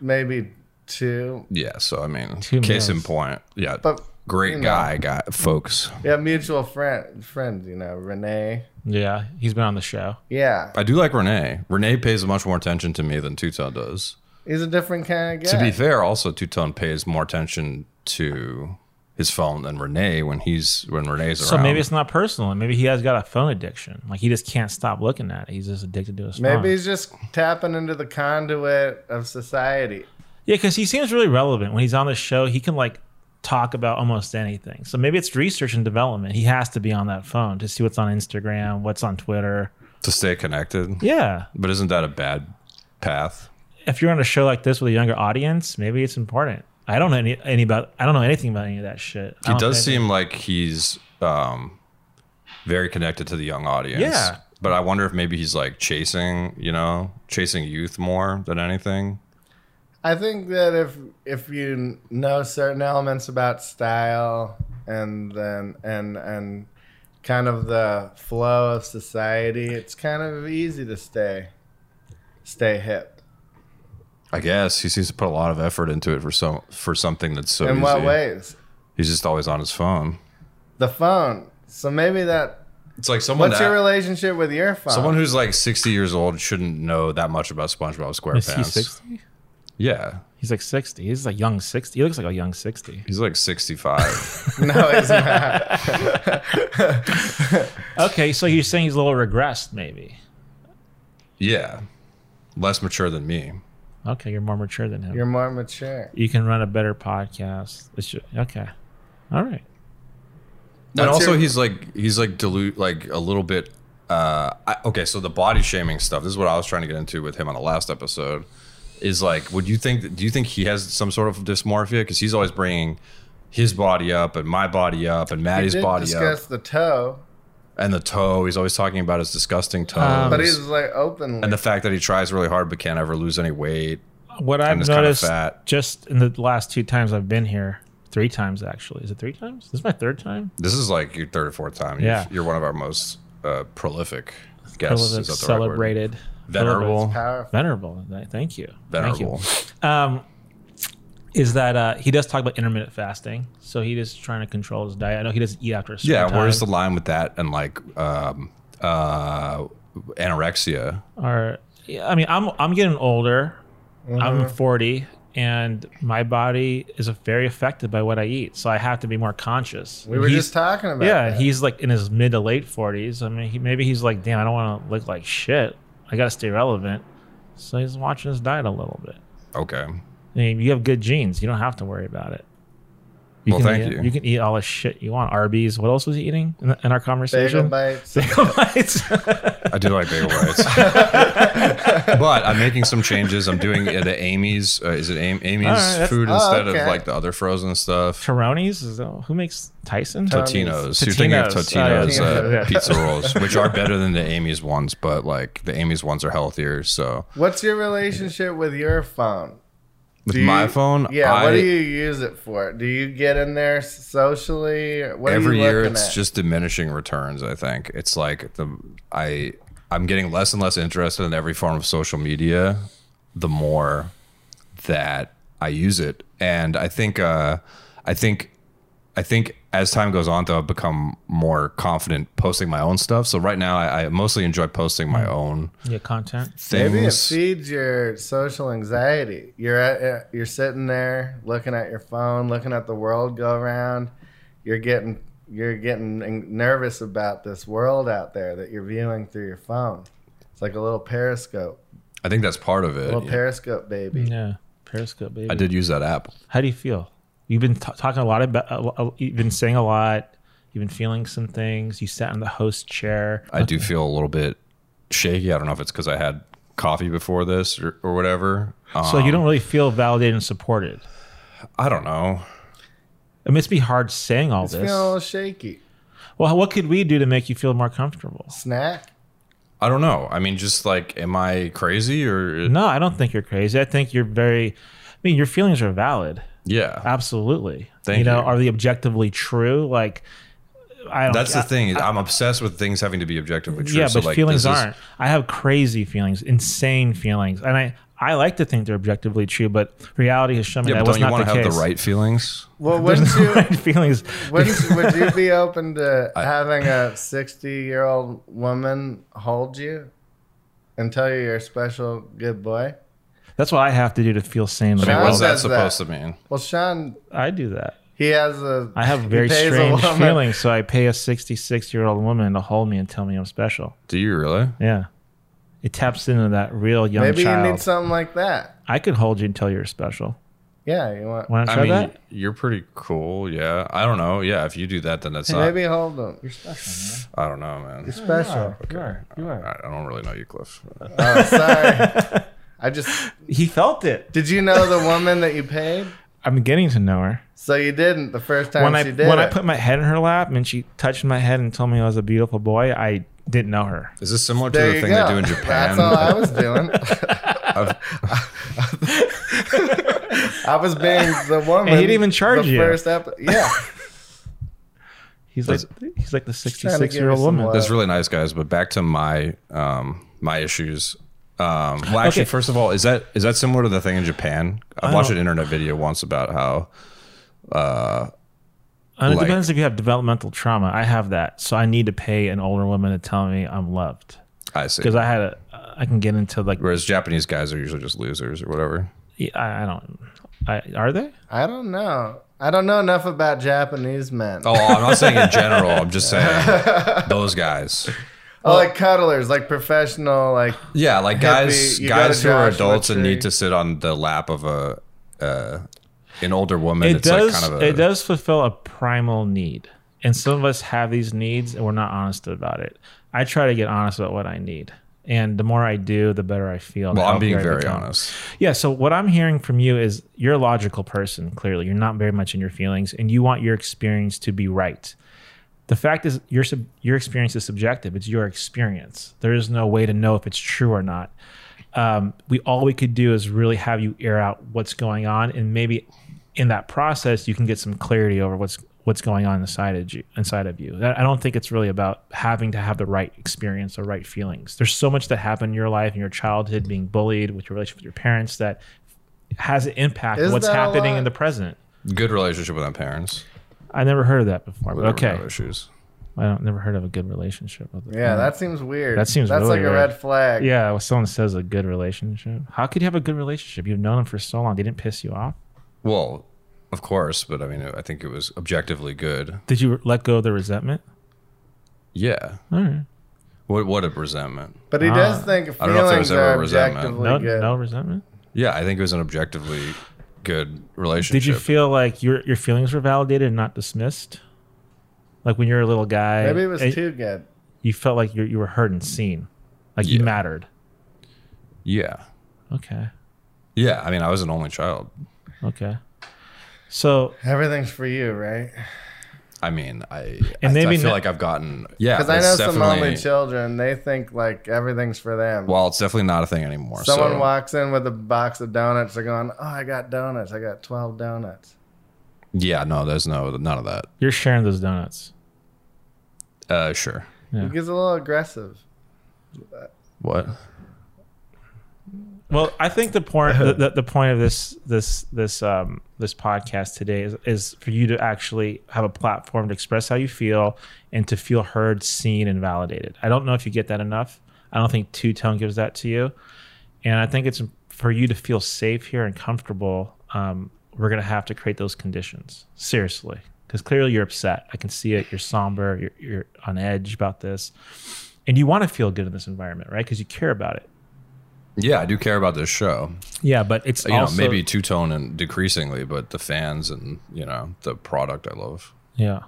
Speaker 3: maybe two,
Speaker 2: Yeah, so I mean,
Speaker 1: Two
Speaker 2: case in
Speaker 1: meals.
Speaker 2: point, yeah,
Speaker 3: but
Speaker 2: great
Speaker 3: you know.
Speaker 2: guy, guy, folks.
Speaker 3: yeah, mutual friend friends. You know, Renee.
Speaker 1: Yeah, he's been on the show.
Speaker 3: Yeah,
Speaker 2: I do like Renee. Renee pays much more attention to me than Tuton does.
Speaker 3: he's a different kind of guy.
Speaker 2: To be fair, also Tuton pays more attention to his phone than Renee when he's when Renee's
Speaker 1: So
Speaker 2: around.
Speaker 1: maybe it's not personal. and Maybe he has got a phone addiction. Like he just can't stop looking at it. He's just addicted to his phone.
Speaker 3: Maybe he's just tapping into the conduit of society.
Speaker 1: Yeah, because he seems really relevant when he's on the show. He can like talk about almost anything. So maybe it's research and development. He has to be on that phone to see what's on Instagram, what's on Twitter.
Speaker 2: to stay connected.
Speaker 1: Yeah,
Speaker 2: But isn't that a bad path?
Speaker 1: if you're on a show like this with a younger audience, maybe it's important. I don't know any, any about. I don't know anything about any of that shit. I
Speaker 2: He
Speaker 1: don't
Speaker 2: does
Speaker 1: know anything.
Speaker 2: seem like he's um, very connected to the young audience.
Speaker 1: Yeah.
Speaker 2: But I wonder if maybe he's like chasing, you know, chasing youth more than anything.
Speaker 3: I think that if if you know certain elements about style and then and and kind of the flow of society, it's kind of easy to stay stay hip.
Speaker 2: I guess he seems to put a lot of effort into it for some for something that's so.
Speaker 3: In
Speaker 2: easy.
Speaker 3: what ways?
Speaker 2: He's just always on his phone.
Speaker 3: The phone. So maybe that.
Speaker 2: It's like someone
Speaker 3: What's
Speaker 2: that-
Speaker 3: your relationship with your phone?
Speaker 2: someone who's like sixty years old shouldn't know that much about SpongeBob SquarePants.
Speaker 1: Is he 60?
Speaker 2: Yeah,
Speaker 1: He's like 60. He's a young 60. He looks like a young 60.
Speaker 2: He's like 65.
Speaker 3: No, it's not.
Speaker 1: Okay, so you're saying he's a little regressed, maybe.
Speaker 2: yeah. Less mature than me.
Speaker 1: Okay, you're more mature than him.
Speaker 3: You're more mature.
Speaker 1: you can run a better podcast. It's ju- okay. All right.
Speaker 2: and
Speaker 3: What's
Speaker 2: also
Speaker 3: your-
Speaker 2: he's like he's like dilute like a little bit uh I, okay so the body shaming stuff this is what i was trying to get into with him on the last episode is like would you think that- do you think he has some sort of dysmorphia because he's always bringing his body up and my body up and
Speaker 3: He
Speaker 2: maddie's
Speaker 3: did
Speaker 2: body
Speaker 3: discuss
Speaker 2: up
Speaker 3: the toe,
Speaker 2: and the toe he's always talking about his disgusting toe
Speaker 1: Um,
Speaker 3: but he's like openly.
Speaker 2: and the fact that he tries really hard but can't ever lose any weight
Speaker 1: What
Speaker 2: and
Speaker 1: I've
Speaker 2: is kind of
Speaker 1: noticed
Speaker 2: fat
Speaker 1: just in the last two times I've been here, three times actually. Is it three times? This is my third time.
Speaker 2: this is like your third or fourth time
Speaker 1: Yeah.
Speaker 2: you're, you're one of our most uh, prolific guests
Speaker 1: Relevant,
Speaker 2: is that the right word?
Speaker 1: celebrated.
Speaker 2: venerable
Speaker 3: Powerful.
Speaker 1: Venerable. Th- Thank you. Thank you.
Speaker 2: venerable
Speaker 1: Um, is that uh, he does talk about intermittent fasting. So he is trying to control his diet. I know he doesn't eat after a certain
Speaker 2: Yeah,
Speaker 1: time.
Speaker 2: where's the line with that and like um, uh, anorexia?
Speaker 1: or yeah, I mean, I'm I'm getting older.
Speaker 3: Mm-hmm.
Speaker 1: I'm 40, and my body is very affected by what I eat, so I have to be more conscious.
Speaker 3: We were
Speaker 1: He's-
Speaker 3: just talking about.
Speaker 1: yeah,
Speaker 3: that.
Speaker 1: he's like in his mid to late 40s. I mean, he, maybe he's like, damn, I don't want to look like shit. I got to stay relevant. So he's watching his diet a little bit.
Speaker 2: Okay,
Speaker 1: I mean, you have good genes. You don't have to worry about it. You
Speaker 2: Well,
Speaker 1: can
Speaker 2: thank
Speaker 1: eat,
Speaker 2: you.
Speaker 1: You can eat all the shit you want. Arby's. What else was he eating in, in our
Speaker 3: bagel
Speaker 1: conversation?
Speaker 3: bites.
Speaker 1: Bagel bites.
Speaker 2: I do like bagel bites, but I'm making some changes. I'm doing it at Amy's. Uh, is it Am- Amy's
Speaker 1: All right, that's-
Speaker 2: food
Speaker 3: oh,
Speaker 2: instead
Speaker 3: okay.
Speaker 2: of like the other frozen stuff?
Speaker 1: Tyroni's? Is that, who makes Tyson?
Speaker 2: Totino's. You're thinking of
Speaker 1: Totino's. Oh, yeah,
Speaker 2: Totino's uh,
Speaker 1: Totino's, yeah.
Speaker 2: pizza rolls, which are better than the Amy's ones, but like the Amy's ones are healthier. So
Speaker 3: What's your relationship with your phone?
Speaker 2: with
Speaker 3: Do you-
Speaker 2: my phone,
Speaker 3: Yeah,
Speaker 2: I,
Speaker 3: what do you use it for? Do you get in there socially? What
Speaker 2: every
Speaker 3: are you
Speaker 2: year
Speaker 3: looking
Speaker 2: it's
Speaker 3: at?
Speaker 2: just diminishing returns i think it's like the i i'm getting less and less interested in every form of social media the more that i use it and i think uh i think I think as time goes on, though, I've become more confident posting my own stuff. So right now, I, I mostly enjoy posting my own
Speaker 1: Yeah, content.
Speaker 2: things.
Speaker 3: Maybe it feeds your social anxiety. You're at, uh, you're sitting there looking at your phone, looking at the world go around. You're getting you're getting an- nervous about this world out there that you're viewing through your phone. It's like a little periscope,
Speaker 2: I think that's part of
Speaker 3: a
Speaker 2: it.
Speaker 3: little periscope baby.
Speaker 2: Mm,
Speaker 1: Yeah, Periscope, baby.
Speaker 2: I did use that app.
Speaker 1: How do you feel? You've been t- talking a lot about, a lo- a- you've been saying a lot. You've been feeling some things. You sat in the host chair.
Speaker 2: I do feel a little bit shaky. I don't know if it's because I had coffee before this or, or whatever. Um,
Speaker 1: So you don't really feel validated and supported.
Speaker 2: I don't know.
Speaker 1: It must be hard saying all
Speaker 3: It's
Speaker 1: this.
Speaker 3: feeling a little shaky.
Speaker 1: well, what could we do to make you feel more comfortable?
Speaker 3: Snack.
Speaker 2: I don't know. I mean, just like, am I crazy or
Speaker 1: No, I don't think you're crazy. I think you're very. I mean, your feelings are valid.
Speaker 2: yeah?
Speaker 1: Absolutely.
Speaker 2: Thank
Speaker 1: you know,
Speaker 2: you.
Speaker 1: are they objectively true? Like, I don't.
Speaker 2: That's
Speaker 1: I-
Speaker 2: the thing. I, am obsessed with things having to be objectively true.
Speaker 1: Yeah,
Speaker 2: so
Speaker 1: but
Speaker 2: like,
Speaker 1: feelings
Speaker 2: this is-
Speaker 1: aren't. I have crazy feelings, insane feelings, and I I like to think they're objectively true, but reality has shown me
Speaker 2: yeah,
Speaker 1: that
Speaker 2: but
Speaker 1: was
Speaker 2: don't you
Speaker 1: not
Speaker 2: want
Speaker 1: the
Speaker 2: to have
Speaker 1: case.
Speaker 2: the right feelings?
Speaker 3: Well, wouldn't
Speaker 1: There's no
Speaker 3: you?
Speaker 1: right feelings.
Speaker 3: Wouldn't, would you be open to having a 60 year old woman hold you and tell you you're a special good boy?
Speaker 1: That's what I have to do to feel sane.
Speaker 2: I mean,
Speaker 3: Sean
Speaker 2: what's that
Speaker 3: says
Speaker 2: supposed
Speaker 3: that.
Speaker 2: to mean?
Speaker 3: Well, Sean,
Speaker 1: I do that.
Speaker 3: he has a.
Speaker 1: I have
Speaker 3: he
Speaker 1: very
Speaker 3: pays a
Speaker 1: strange
Speaker 3: woman-
Speaker 1: feelings, so I pay a 66 year old woman to hold me and tell me I'm special.
Speaker 2: Do you really?
Speaker 1: Yeah, it taps into that real young
Speaker 3: Maybe
Speaker 1: child.
Speaker 3: you need something like that.
Speaker 1: I could hold you and tell you're special.
Speaker 3: Yeah, you want.
Speaker 1: Want to
Speaker 2: I
Speaker 1: try
Speaker 2: mean,
Speaker 1: that?
Speaker 2: you're pretty cool. Yeah, I don't know. Yeah, if you do that, then that's not.
Speaker 3: Maybe hold them. You're
Speaker 2: I don't know, man.
Speaker 3: special.
Speaker 1: You are. You are.
Speaker 2: I I don't really know you, Cliff.
Speaker 3: Oh, sorry. I just.
Speaker 1: He felt it.
Speaker 3: Did you know the woman that you paid?
Speaker 1: I'm getting to know her.
Speaker 3: So you didn't the first time
Speaker 1: when I
Speaker 3: she did.
Speaker 1: when I
Speaker 3: it.
Speaker 1: put my head in her lap and she touched my head and told me I was a beautiful boy, I didn't know her.
Speaker 2: Is this similar to
Speaker 3: there
Speaker 2: the
Speaker 3: you
Speaker 2: thing
Speaker 3: go.
Speaker 2: they do in Japan?
Speaker 3: That's all I was doing. I was being the woman.
Speaker 1: And he didn't even charge
Speaker 3: the
Speaker 1: you.
Speaker 3: First ep- yeah.
Speaker 1: He's like he's like the sixty
Speaker 3: trying to
Speaker 1: six
Speaker 3: give
Speaker 1: year old
Speaker 3: you some
Speaker 1: woman.
Speaker 3: love.
Speaker 2: That's really nice, guys. But back to my um, my issues. Um, well,
Speaker 1: Okay.
Speaker 2: actually,
Speaker 1: Oh.
Speaker 2: first of all, is that is that similar to the thing in Japan? I watched
Speaker 1: don't-
Speaker 2: an internet video once about how
Speaker 1: And it
Speaker 2: like-
Speaker 1: depends if you have developmental trauma. I have that, so I need to pay an older woman to tell me I'm loved
Speaker 2: I see.
Speaker 1: because I had a I can get into like
Speaker 2: Whereas Japanese guys are usually just losers or whatever.
Speaker 1: Yeah, I, I don't. I, are they?
Speaker 3: I don't know. I don't know enough about Japanese men.
Speaker 2: Oh, I'm not saying in general. I'm just saying those guys.
Speaker 3: Oh, like cuddlers, like professional, like
Speaker 2: Yeah, like guys,
Speaker 3: Hippie, you
Speaker 2: guys who
Speaker 3: got a
Speaker 2: are
Speaker 3: Joshua
Speaker 2: adults and
Speaker 3: tree.
Speaker 2: need to sit on the lap of a uh, an older woman.
Speaker 1: It
Speaker 2: it's
Speaker 1: does.
Speaker 2: like kind of a
Speaker 1: it does fulfill a primal need, and some of us have these needs, and we're not honest about it. I try to get honest about what I need, and the more I do, the better I feel.
Speaker 2: Well,
Speaker 1: the
Speaker 2: I'm being
Speaker 1: healthier I
Speaker 2: very
Speaker 1: become.
Speaker 2: honest.
Speaker 1: Yeah. So what I'm hearing from you is you're a logical person. Clearly, you're not very much in your feelings, and you want your experience to be right. The fact is, your sub- your experience is subjective. It's your experience. There is no way to know if it's true or not. Um, we all we could do is really have you air out what's going on, and maybe in that process you can get some clarity over what's what's going on inside of you. Inside of you. That- I don't think it's really about having to have the right experience or right feelings. There's so much that happened in your life, in your childhood, being bullied, with your relationship with your parents, that has an impact on
Speaker 3: Is
Speaker 1: what's
Speaker 3: that a
Speaker 1: happening
Speaker 3: lot?
Speaker 1: in the present.
Speaker 2: Good relationship with my parents.
Speaker 1: I never heard of that before. But
Speaker 2: Whatever,
Speaker 1: okay,
Speaker 2: No issues.
Speaker 1: I don't never heard of a good relationship. With
Speaker 3: yeah, that seems weird.
Speaker 1: That seems
Speaker 3: that's
Speaker 1: really
Speaker 3: like
Speaker 1: weird.
Speaker 3: a red flag.
Speaker 1: yeah. When someone says a good relationship, how could you have a good relationship? You've known them for so long. They didn't piss you off.
Speaker 2: Well, of course, but I mean, I think it was objectively good.
Speaker 1: Did you let go of the resentment?
Speaker 2: Yeah.
Speaker 1: All right.
Speaker 2: What what a resentment.
Speaker 3: But he
Speaker 1: Ah.
Speaker 3: does think
Speaker 2: I don't know if
Speaker 3: feelings
Speaker 2: there's ever
Speaker 3: are
Speaker 2: resentment.
Speaker 3: objectively
Speaker 1: No,
Speaker 3: good.
Speaker 1: no resentment.
Speaker 2: Yeah, I think it was an objectively good relationship.
Speaker 1: Did you feel like your your feelings were validated and not dismissed? Like when you're a little guy,
Speaker 3: Maybe it was
Speaker 1: and
Speaker 3: too good.
Speaker 1: you felt like you you were heard and seen, like you
Speaker 2: Yeah.
Speaker 1: mattered.
Speaker 2: yeah.
Speaker 1: Okay,
Speaker 2: Yeah, I mean, I was an only child.
Speaker 1: okay. So
Speaker 3: Everything's for you, right?
Speaker 2: I mean, I
Speaker 1: And
Speaker 2: I,
Speaker 1: maybe
Speaker 2: I feel
Speaker 1: not-
Speaker 2: like I've gotten yeah.
Speaker 3: Because I know
Speaker 2: it's
Speaker 3: some
Speaker 2: definitely-
Speaker 3: only children. They think like everything's for them.
Speaker 2: Well, it's definitely not a thing anymore.
Speaker 3: Someone
Speaker 2: so,
Speaker 3: walks in with a box of donuts. They're going, "Oh, I got donuts. I got twelve donuts."
Speaker 2: yeah, no, there's no none of that.
Speaker 1: you're sharing those donuts.
Speaker 2: Uh, sure.
Speaker 1: Yeah.
Speaker 3: It gets a little aggressive.
Speaker 2: What?
Speaker 1: Well, I think the point the, the, the point of this this this um this podcast today is is for you to actually have a platform to express how you feel and to feel heard, seen, and validated. I don't know if you get that enough. I don't think Two Tone gives that to you, and I think it's for you to feel safe here and comfortable. Um, we're gonna have to create those conditions seriously because clearly you're upset. I can see it. You're somber. You're, you're on edge about this, and you want to feel good in this environment, right? Because you care about it.
Speaker 2: Yeah, I do care about this show.
Speaker 1: Yeah, but it's
Speaker 2: You
Speaker 1: also,
Speaker 2: know, maybe two tone and decreasingly, but the fans and you know the product I love.
Speaker 1: Yeah.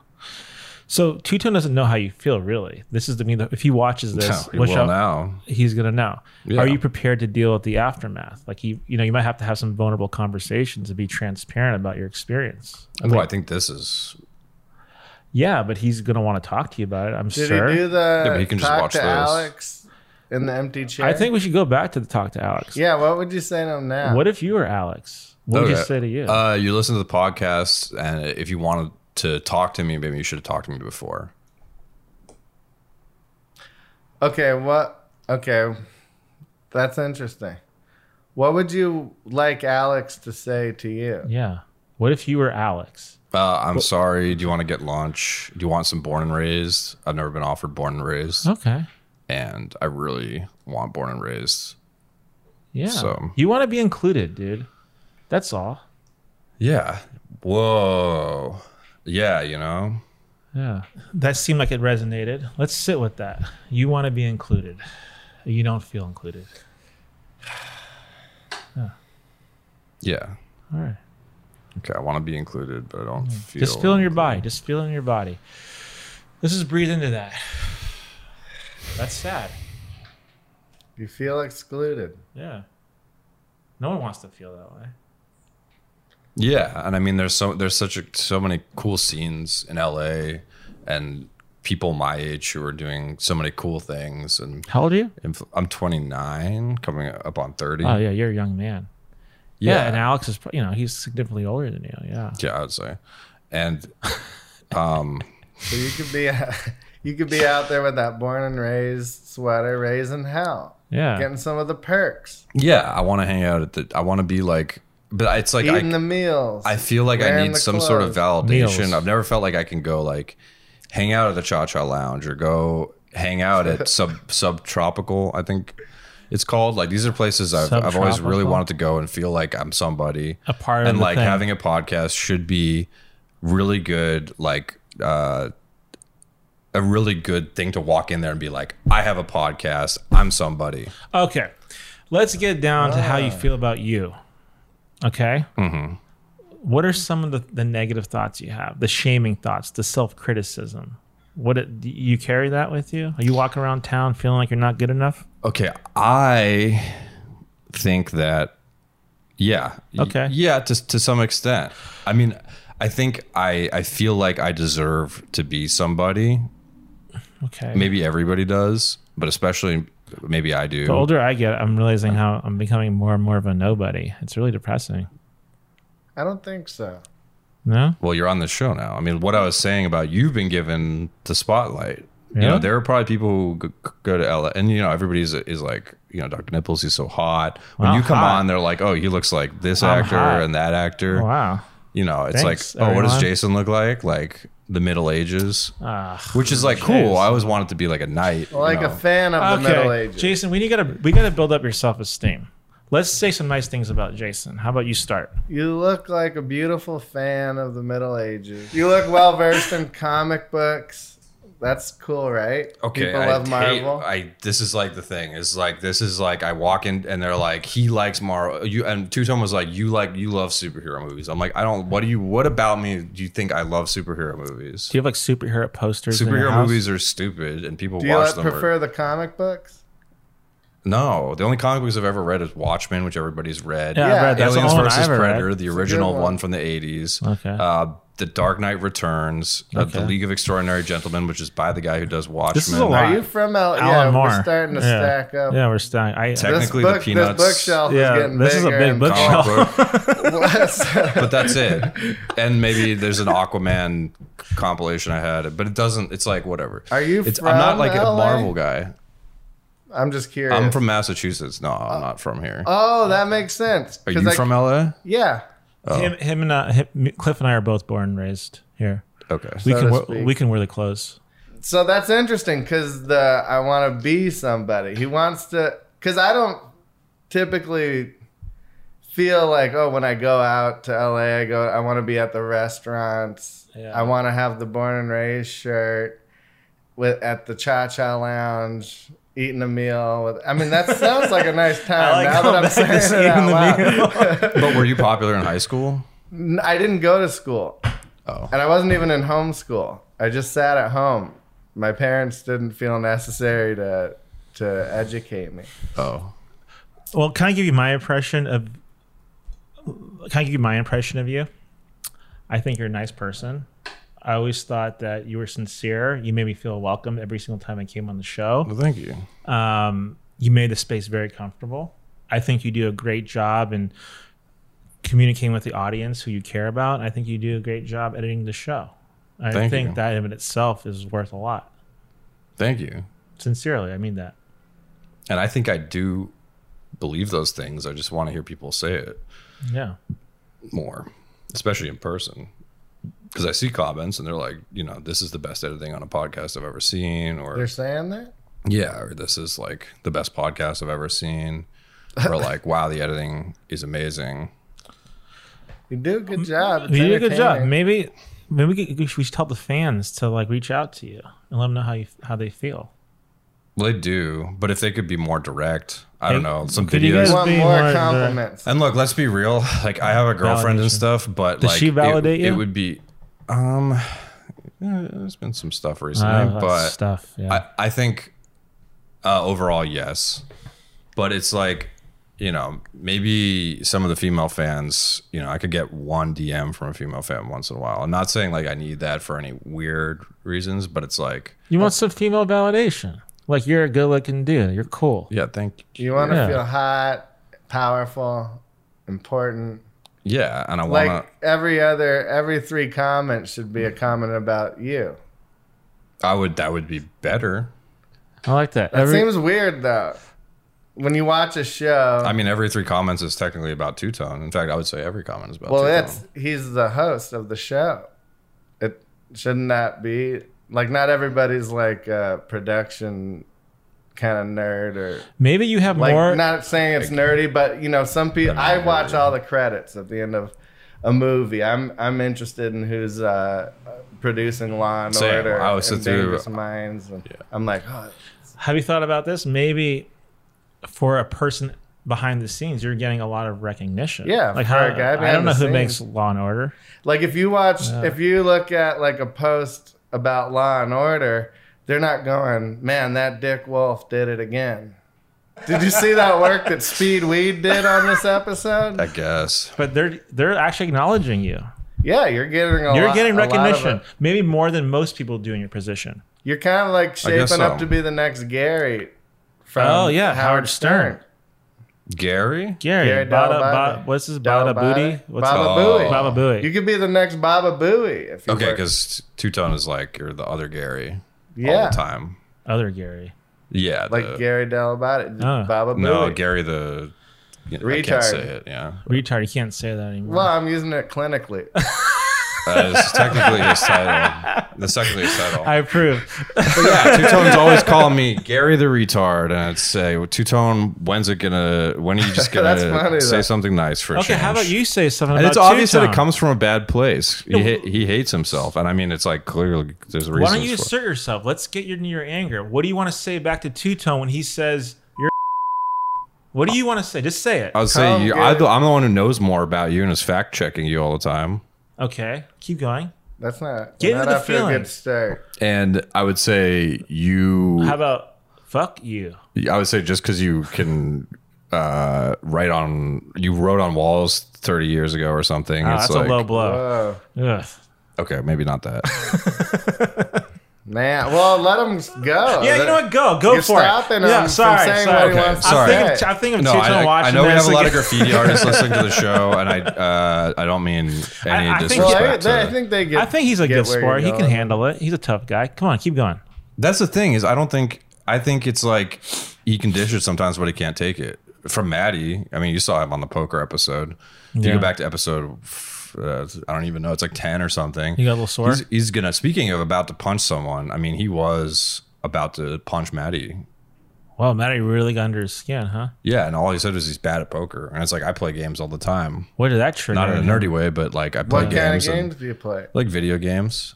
Speaker 1: So Two Tone doesn't know how you feel really. This is the mean if he watches this,
Speaker 2: Yeah,
Speaker 1: which
Speaker 2: well,
Speaker 1: I-
Speaker 2: now
Speaker 1: he's gonna know.
Speaker 2: Yeah.
Speaker 1: Are you prepared to deal with the aftermath? Like you, you know, you might have to have some vulnerable conversations and be transparent about your experience.
Speaker 2: well, I think this is.
Speaker 1: Yeah, but he's gonna want to talk to you about it. I'm
Speaker 3: Did
Speaker 1: sure.
Speaker 3: he do the
Speaker 2: but he can just
Speaker 3: talk
Speaker 2: watch
Speaker 3: to
Speaker 2: those.
Speaker 3: Alex in the empty chair?
Speaker 1: I think we should go back to the talk to Alex.
Speaker 3: Yeah. What would you say to him now?
Speaker 1: What if you were Alex? What would you
Speaker 2: Okay.
Speaker 1: say to you?
Speaker 2: Uh, you listen to the podcast, and if you wanted to talk to me, maybe you should have talked to me before.
Speaker 3: Okay. What? Okay. That's interesting. What would you like Alex to say to you?
Speaker 1: yeah. What if you were Alex?
Speaker 2: Uh, I'm sorry. Do you want to get lunch? Do you want some born and raised? I've never been offered born and raised,
Speaker 1: Okay.
Speaker 2: and I really want born and raised.
Speaker 1: Yeah.
Speaker 2: So-
Speaker 1: You want to be included, dude. That's all.
Speaker 2: Yeah. Whoa. Yeah. You know.
Speaker 1: Yeah. That seemed like it resonated. Let's sit with that. You want to be included. You don't feel included.
Speaker 2: Yeah.
Speaker 1: All right.
Speaker 2: Okay. I want to be included, but I don't feel.
Speaker 1: Just feel in your body. Just feel in your body. Let's just breathe into that. That's sad.
Speaker 3: You feel excluded.
Speaker 1: Yeah. No one wants to feel that way.
Speaker 2: Yeah, and I mean, there's so there's such a, so many cool scenes in LA, and people my age who are doing so many cool things. And
Speaker 1: How old are you?
Speaker 2: inf- I'm 29, coming up on 30.
Speaker 1: Oh, yeah. You're a young man. Yeah.
Speaker 2: yeah,
Speaker 1: and Alex is, pro- you know, he's significantly older than you. Yeah.
Speaker 2: yeah, I would say. And
Speaker 3: So you could be, you could be out there with that born and raised sweater, raising hell,
Speaker 1: Yeah.
Speaker 3: getting some of the perks,
Speaker 2: yeah, I want to hang out at the. I want to be like, but it's like
Speaker 3: eating
Speaker 2: I,
Speaker 3: the meals.
Speaker 2: I feel like I
Speaker 3: wearing
Speaker 2: need
Speaker 3: the
Speaker 2: some sort of validation.
Speaker 1: Meals.
Speaker 2: I've never felt like I can go like hang out at the Cha Cha Lounge or go hang out at sub subtropical. I think it's called? Like these are places I've, I've always really
Speaker 1: Subtropical?
Speaker 2: wanted to go and feel like I'm somebody.
Speaker 1: A part of
Speaker 2: and
Speaker 1: the
Speaker 2: like
Speaker 1: thing.
Speaker 2: having a podcast should be really good, like uh, a really good thing to walk in there and be like, I have a podcast. I'm somebody.
Speaker 1: Okay. Let's get down to how
Speaker 3: Ah.
Speaker 1: you feel about you. Okay. Mm-hmm. What are some of the, the negative thoughts you have? The shaming thoughts, the self criticism. What it, do you carry that with you? Are you walking around town feeling like you're not good enough?
Speaker 2: Okay, I think that yeah. Y-
Speaker 1: Okay.
Speaker 2: Yeah, to to some extent. I mean, I think I I feel like I deserve to be somebody.
Speaker 1: Okay.
Speaker 2: Maybe everybody does, but especially maybe I do.
Speaker 1: The older I get, I'm realizing how I'm becoming more and more of a nobody. It's really depressing.
Speaker 3: I don't think so.
Speaker 1: No?
Speaker 2: Well, you're on the show now. I mean, what I was saying about you've been given the spotlight. You
Speaker 1: Yeah.
Speaker 2: know, there are probably people who g- g- go to LA, and you know, everybody's is like, you know, Dr. Nipples, he's so hot. When
Speaker 1: Wow,
Speaker 2: you come
Speaker 1: hot.
Speaker 2: on, they're like, oh, he looks like this
Speaker 1: I'm
Speaker 2: actor
Speaker 1: hot.
Speaker 2: and that actor.
Speaker 1: Wow.
Speaker 2: you know, it's
Speaker 1: Thanks,
Speaker 2: like, oh, what does
Speaker 1: everyone.
Speaker 2: Jason look like? Like the Middle Ages,
Speaker 1: Ah.
Speaker 2: which is like
Speaker 1: Jeez.
Speaker 2: cool. I always wanted to be like a knight.
Speaker 3: Like
Speaker 2: you
Speaker 3: a
Speaker 2: know.
Speaker 3: fan of the Middle
Speaker 1: Okay,
Speaker 3: Ages.
Speaker 1: Jason, we gotta we gotta build up your self esteem. Let's say some nice things about Jason. How about you start?
Speaker 3: You look like a beautiful fan of the Middle Ages. You look well versed in comic books. That's cool, right?
Speaker 2: Okay,
Speaker 3: People
Speaker 2: I
Speaker 3: love
Speaker 2: hate-
Speaker 3: Marvel.
Speaker 2: I this is like the thing is like this is like I walk in and they're like he likes Marvel. You and Two Tone was like you like you love superhero movies. I'm like I don't. What do you? What about me? Do you think I love superhero movies?
Speaker 1: Do you have like superhero posters? in your
Speaker 2: Superhero
Speaker 1: house?
Speaker 2: movies are stupid and people
Speaker 3: Do you
Speaker 2: watch
Speaker 3: like-
Speaker 2: them. or-
Speaker 3: prefer the comic books?
Speaker 2: no, the only comic books I've ever read is Watchmen, which everybody's read.
Speaker 1: Yeah, I've
Speaker 3: Yeah,
Speaker 1: read that. That's the
Speaker 2: Aliens
Speaker 1: only one I
Speaker 2: versus
Speaker 1: ever read.
Speaker 2: Predator, the original
Speaker 3: one.
Speaker 2: one. from the 80s.
Speaker 1: Okay.
Speaker 2: Uh, the Dark Knight Returns, uh, The
Speaker 1: Okay.
Speaker 2: League of Extraordinary Gentlemen, which is by the guy who does Watchmen.
Speaker 1: This is a lot.
Speaker 3: Are you from L-
Speaker 1: Uh, Alan
Speaker 3: Uh, yeah,
Speaker 1: Moore.
Speaker 3: We're starting to
Speaker 1: yeah.
Speaker 3: stack up.
Speaker 1: Yeah, we're stacking. I,
Speaker 2: Technically-
Speaker 3: This,
Speaker 2: Technically, the
Speaker 3: book, this
Speaker 2: Peanuts-
Speaker 3: bookshelf
Speaker 1: Yeah,
Speaker 3: is getting
Speaker 1: this is a
Speaker 3: bigger
Speaker 1: big
Speaker 3: and
Speaker 1: bookshelf.
Speaker 2: Comic book,
Speaker 3: bigger.
Speaker 2: but that's it. And maybe there's an Aquaman compilation I had, but it doesn't. It's like whatever.
Speaker 3: Are you
Speaker 2: It's,
Speaker 3: from
Speaker 2: I'm not like
Speaker 3: LA?
Speaker 2: a Marvel guy.
Speaker 3: I'm just curious.
Speaker 2: I'm from Massachusetts. No, I'm not from here.
Speaker 3: Oh, that makes sense.
Speaker 2: Are
Speaker 3: 'Cause
Speaker 2: you
Speaker 3: I-
Speaker 2: from LA?
Speaker 3: Yeah.
Speaker 1: him, him and uh, him, me- Cliff and I are both born and raised here.
Speaker 2: Okay.
Speaker 1: We
Speaker 3: So
Speaker 1: can
Speaker 3: to
Speaker 1: wear,
Speaker 3: speak.
Speaker 1: we can wear the clothes.
Speaker 3: So that's interesting because the I want to be somebody. He wants to because I don't typically feel like oh when I go out to LA I go I want to be at the restaurants.
Speaker 1: Yeah.
Speaker 3: I want to have the born and raised shirt with at the Cha Cha Lounge. Eating a meal with, I mean, that sounds like a nice time.
Speaker 1: like
Speaker 3: now
Speaker 1: going
Speaker 3: that I'm
Speaker 1: back to
Speaker 3: saying it
Speaker 1: eating
Speaker 3: out
Speaker 1: the
Speaker 3: loud.
Speaker 2: But were you popular in high school?
Speaker 3: N- I didn't go to school.
Speaker 2: Oh.
Speaker 3: And I wasn't even in homeschool. I just sat at home. My parents didn't feel necessary to to educate me.
Speaker 2: Oh.
Speaker 1: Well, can I give you my impression of? Can I give you my impression of you? I think you're a nice person. I always thought that you were sincere. You made me feel welcome every single time I came on the show.
Speaker 2: Well, thank you.
Speaker 1: Um, you made the space very comfortable. I think you do a great job in communicating with the audience who you care about. I think you do a great job editing the show. I
Speaker 2: Thank
Speaker 1: think
Speaker 2: you.
Speaker 1: that in itself is worth a lot.
Speaker 2: Thank you.
Speaker 1: Sincerely, I mean that.
Speaker 2: And I think I do believe those things. I just want to hear people say it
Speaker 1: Yeah.
Speaker 2: more, especially in person. Because I see comments and they're like, you know, this is the best editing on a podcast I've ever seen, or
Speaker 3: They're saying that?
Speaker 2: yeah, or this is like the best podcast I've ever seen, or like, wow, the editing is amazing.
Speaker 3: You do a good job. It's
Speaker 1: Mm-hmm. You did a good job.
Speaker 3: entertaining.
Speaker 1: Maybe maybe we, could, we should tell the fans to like reach out to you and let them know how you how they feel.
Speaker 2: Well, they do, but if they could be more direct, I don't
Speaker 1: Hey,
Speaker 2: know, some
Speaker 1: could you guys-
Speaker 2: videos.
Speaker 3: Want
Speaker 1: Being
Speaker 3: more
Speaker 1: more
Speaker 3: compliments.
Speaker 2: And look, let's be real. Like I have a girlfriend
Speaker 1: Validation.
Speaker 2: and stuff, but
Speaker 1: Does
Speaker 2: like
Speaker 1: she
Speaker 2: it-
Speaker 1: validate
Speaker 2: it,
Speaker 1: you?
Speaker 2: would be um yeah, there's been some stuff recently,
Speaker 1: Oh, that's
Speaker 2: but
Speaker 1: stuff. Yeah.
Speaker 2: I, I think uh, overall yes, but it's like you know maybe some of the female fans you know I could get one DM from a female fan once in a while. I'm not saying like I need that for any weird reasons, but it's like
Speaker 1: you want some female validation. Like you're a good looking dude. You're cool.
Speaker 2: yeah, thank you.
Speaker 3: You want to
Speaker 1: Yeah.
Speaker 3: feel hot, powerful, important.
Speaker 2: yeah, and I
Speaker 3: Like
Speaker 2: want
Speaker 3: every other, every three comments should be a comment about you.
Speaker 2: to. I would that would be better.
Speaker 1: I like that.
Speaker 3: It
Speaker 1: Every-
Speaker 3: seems weird though. When you watch a show,
Speaker 2: I mean, every three comments is technically about two tone. In fact, I would say every comment is about.
Speaker 3: Well,
Speaker 2: two
Speaker 3: that's
Speaker 2: tone.
Speaker 3: he's the host of the show. It shouldn't that be like not everybody's like a production kind of nerd or
Speaker 1: Maybe you have
Speaker 3: like
Speaker 1: more.
Speaker 3: not saying it's nerdy, but you know, some people. I watch all the credits at the end of a movie. I'm I'm interested in who's uh, producing Law and
Speaker 2: Same.
Speaker 3: Order
Speaker 2: I was
Speaker 3: and
Speaker 2: through-
Speaker 3: Dangerous Minds, and I'm like, oh,
Speaker 1: have you thought about this? Maybe for a person behind the scenes, you're getting a lot of recognition.
Speaker 3: Yeah,
Speaker 1: like
Speaker 3: for
Speaker 1: how
Speaker 3: a
Speaker 1: I
Speaker 3: guy
Speaker 1: don't
Speaker 3: behind
Speaker 1: know
Speaker 3: the
Speaker 1: who makes
Speaker 3: scenes.
Speaker 1: Law and Order.
Speaker 3: Like if you watch, if you look at like a post about Law and Order, they're not going, man, that Dick Wolf did it again. Did you see that work that Speed Weed did on this
Speaker 2: I
Speaker 3: episode?
Speaker 2: guess.
Speaker 1: But they're they're actually acknowledging you.
Speaker 3: Yeah, you're getting a
Speaker 1: You're
Speaker 3: lot-
Speaker 1: getting
Speaker 3: a lot of
Speaker 1: recognition,
Speaker 3: it.
Speaker 1: maybe more than most people do in your position.
Speaker 3: You're kind of like shaping
Speaker 2: guess so.
Speaker 3: up to be the next Gary. From
Speaker 1: Oh, yeah, Howard Stern.
Speaker 2: Gary?
Speaker 1: Gary,
Speaker 3: Gary
Speaker 1: Bada,
Speaker 3: Dalabate.
Speaker 1: Ba- what's his
Speaker 3: Baba
Speaker 1: Bada Booty? What's
Speaker 3: Baba
Speaker 2: Oh.
Speaker 3: Booey.
Speaker 1: Baba Booey.
Speaker 3: You could be the next Baba Booey if you
Speaker 2: Okay,
Speaker 3: work-
Speaker 2: because Two Tone is like you're the other Gary all
Speaker 3: yeah,
Speaker 2: the time.
Speaker 1: other Gary?
Speaker 2: Yeah.
Speaker 3: like
Speaker 2: the-
Speaker 3: Gary Delabate,
Speaker 1: Oh.
Speaker 3: Baba Booey.
Speaker 2: No, Gary the. you know, I
Speaker 3: Retard.
Speaker 2: can't say it. Yeah.
Speaker 1: Retard. You can't say that anymore.
Speaker 3: Well, I'm using it clinically.
Speaker 2: That Uh, is technically his title. That's technically his title.
Speaker 1: I approve.
Speaker 2: But yeah, Two Tone's always calling me Gary the retard, and I'd say, well, Two Tone, when's it gonna? When are you just gonna
Speaker 3: That's funny,
Speaker 2: say
Speaker 3: though.
Speaker 2: something nice for a
Speaker 1: Okay, how
Speaker 2: change?
Speaker 1: about you say something
Speaker 2: And
Speaker 1: about
Speaker 2: it's obvious that
Speaker 1: Two-Tone?
Speaker 2: it comes from a bad place. He ha- he hates himself, and I mean, it's like clearly there's a reason.
Speaker 1: Why don't you assert yourself? Let's get your your anger. What do you want to say back to Two Tone when he says you're? What do you want to say? Just say it.
Speaker 2: I would say
Speaker 3: Come
Speaker 2: you,
Speaker 3: get
Speaker 2: I,
Speaker 3: it.
Speaker 2: I'm the one who knows more about you and is fact checking you all the time.
Speaker 1: Okay, keep going.
Speaker 3: That's not.
Speaker 1: Get
Speaker 3: not
Speaker 1: into the
Speaker 3: after a good
Speaker 1: feelings.
Speaker 3: start.
Speaker 2: And I would say you.
Speaker 1: How about fuck you?
Speaker 2: I would say just because you can uh, write on you wrote on walls 30 years ago or something.
Speaker 1: Ah,
Speaker 2: it's
Speaker 1: that's
Speaker 2: like,
Speaker 1: a low blow.
Speaker 3: Whoa.
Speaker 1: Ugh.
Speaker 2: Okay, maybe not that.
Speaker 3: Man, well, let him go.
Speaker 1: Yeah, you know what? Go, go
Speaker 3: You're
Speaker 1: for it.
Speaker 3: stopping
Speaker 1: Yeah,
Speaker 3: him
Speaker 1: sorry,
Speaker 3: from saying
Speaker 1: sorry.
Speaker 3: what he
Speaker 2: Okay,
Speaker 3: wants
Speaker 2: sorry.
Speaker 1: I'm
Speaker 3: to
Speaker 1: thinking,
Speaker 3: say.
Speaker 1: I'm thinking of
Speaker 2: no,
Speaker 1: Two Tone
Speaker 2: I, I
Speaker 1: watching
Speaker 2: know we
Speaker 1: this
Speaker 2: have a lot of
Speaker 1: again.
Speaker 2: graffiti artists listening to the show, and I uh, I don't mean any
Speaker 1: I- I think-
Speaker 2: disrespect.
Speaker 3: well, I,
Speaker 2: to-
Speaker 3: they, I think they get.
Speaker 1: I think he's a
Speaker 3: get
Speaker 1: good
Speaker 3: where
Speaker 1: sport. He
Speaker 3: you're
Speaker 1: can
Speaker 3: going.
Speaker 1: handle it. He's a tough guy. Come on, keep going.
Speaker 2: That's the thing is, I don't think I think it's like he can dish it sometimes, but he can't take it from Maddie. I mean, you saw him on the poker episode. If you
Speaker 1: Yeah.
Speaker 2: go back to episode, uh, I don't even know, it's like ten or something.
Speaker 1: You got a little sore.
Speaker 2: He's, he's gonna. Speaking of about to punch someone, I mean, he was about to punch Maddie.
Speaker 1: Well, Matty really got under his skin, huh?
Speaker 2: Yeah, and all he said was he's bad at poker, and it's like I play games all the time,
Speaker 1: What did that trigger?
Speaker 2: not in a
Speaker 1: in him?
Speaker 2: nerdy way, but like I play
Speaker 3: What kind of
Speaker 2: games. and-
Speaker 3: games do you play?
Speaker 2: like video games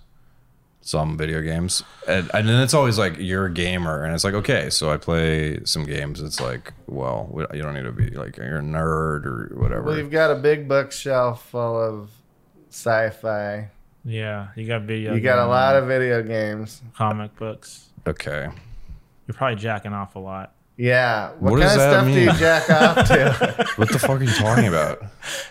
Speaker 2: some video games and, and then it's always like you're a gamer and it's like okay so i play some games it's like well we- you don't need to be like you're a nerd or whatever
Speaker 3: Well, you've got a big bookshelf full of sci-fi.
Speaker 1: Yeah, you got video.
Speaker 3: You got a
Speaker 1: game,
Speaker 3: lot of video games.
Speaker 1: comic books.
Speaker 2: okay
Speaker 1: You're probably jacking off a lot.
Speaker 3: Yeah. What,
Speaker 2: What
Speaker 3: kind
Speaker 2: does
Speaker 3: of
Speaker 2: that
Speaker 3: stuff do you
Speaker 2: mean?
Speaker 3: jack off to?
Speaker 2: what the fuck are you talking about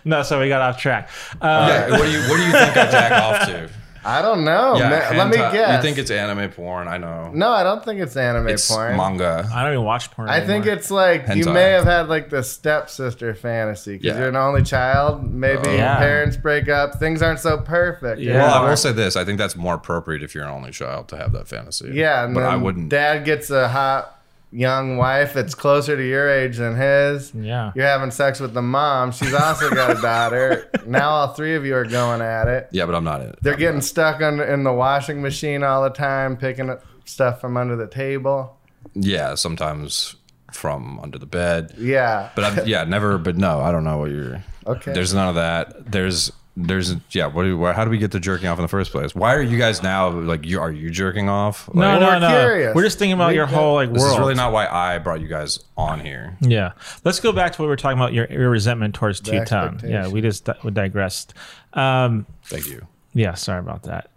Speaker 1: No, so we got off track. Uh,
Speaker 2: yeah, what do you what do you think i jack off to
Speaker 3: I don't know.
Speaker 2: yeah,
Speaker 3: man. Oh, Let
Speaker 2: hentai-
Speaker 3: me guess.
Speaker 2: you think it's anime porn i know
Speaker 3: no, I don't think it's anime
Speaker 2: it's
Speaker 3: porn.
Speaker 2: manga
Speaker 1: I don't even watch porn.
Speaker 3: I think
Speaker 1: anymore.
Speaker 3: it's like you
Speaker 2: Hentai.
Speaker 3: may have had like the stepsister fantasy because
Speaker 2: Yeah. Oh.
Speaker 3: you're an only child. Maybe
Speaker 1: Yeah.
Speaker 3: parents break up. Things aren't so perfect.
Speaker 1: Yeah.
Speaker 2: well i
Speaker 3: anymore.
Speaker 2: will say this i think that's more appropriate if you're an only child to have that fantasy
Speaker 3: yeah. And
Speaker 2: but
Speaker 3: then
Speaker 2: i wouldn't
Speaker 3: Dad gets a hot young wife that's closer to your age than his.
Speaker 1: yeah.
Speaker 3: You're having sex with the mom. She's also got a daughter. Now all three of you are going at it.
Speaker 2: yeah but i'm not in it
Speaker 3: They're
Speaker 2: I'm
Speaker 3: getting
Speaker 2: not.
Speaker 3: stuck on, in the washing machine all the time, picking up stuff from under the table.
Speaker 2: yeah sometimes from under the bed
Speaker 3: Yeah.
Speaker 2: But I'm, yeah, never. But no, I don't know what you're.
Speaker 3: Okay.
Speaker 2: There's none of that. There's there's yeah. What do, where, how do we get to jerking off in the first place? Why are you guys now like you are you jerking off? Like,
Speaker 1: No, no,
Speaker 3: we're
Speaker 1: no.
Speaker 3: curious.
Speaker 1: We're just thinking about
Speaker 3: We
Speaker 1: your
Speaker 3: got-
Speaker 1: whole like
Speaker 2: This
Speaker 1: world.
Speaker 2: is really not why I brought you guys on here.
Speaker 1: yeah. Let's go back to what we were talking about. Your, your resentment towards Two Tone.
Speaker 3: expectation.
Speaker 1: Yeah, we just di- we digressed. Um,
Speaker 2: Thank you.
Speaker 1: yeah, sorry about that.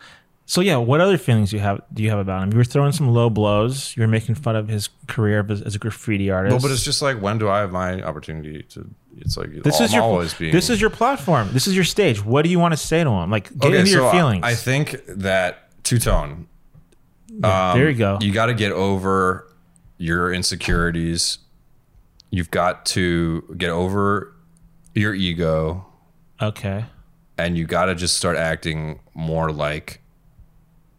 Speaker 1: So yeah, what other feelings you have? Do you have about him? You were throwing some low blows. You were making fun of his career as, as a graffiti artist.
Speaker 2: Well, but it's just like when do I have my opportunity to? It's like
Speaker 1: this is
Speaker 2: I'm
Speaker 1: your
Speaker 2: always being.
Speaker 1: this is your platform. This is your stage. What do you want to say to him? Like get into your
Speaker 2: I-
Speaker 1: feelings.
Speaker 2: I, think that two tone.
Speaker 1: there you go.
Speaker 2: You got to get over your insecurities. You've got to get over your ego.
Speaker 1: okay.
Speaker 2: and you got to just start acting more like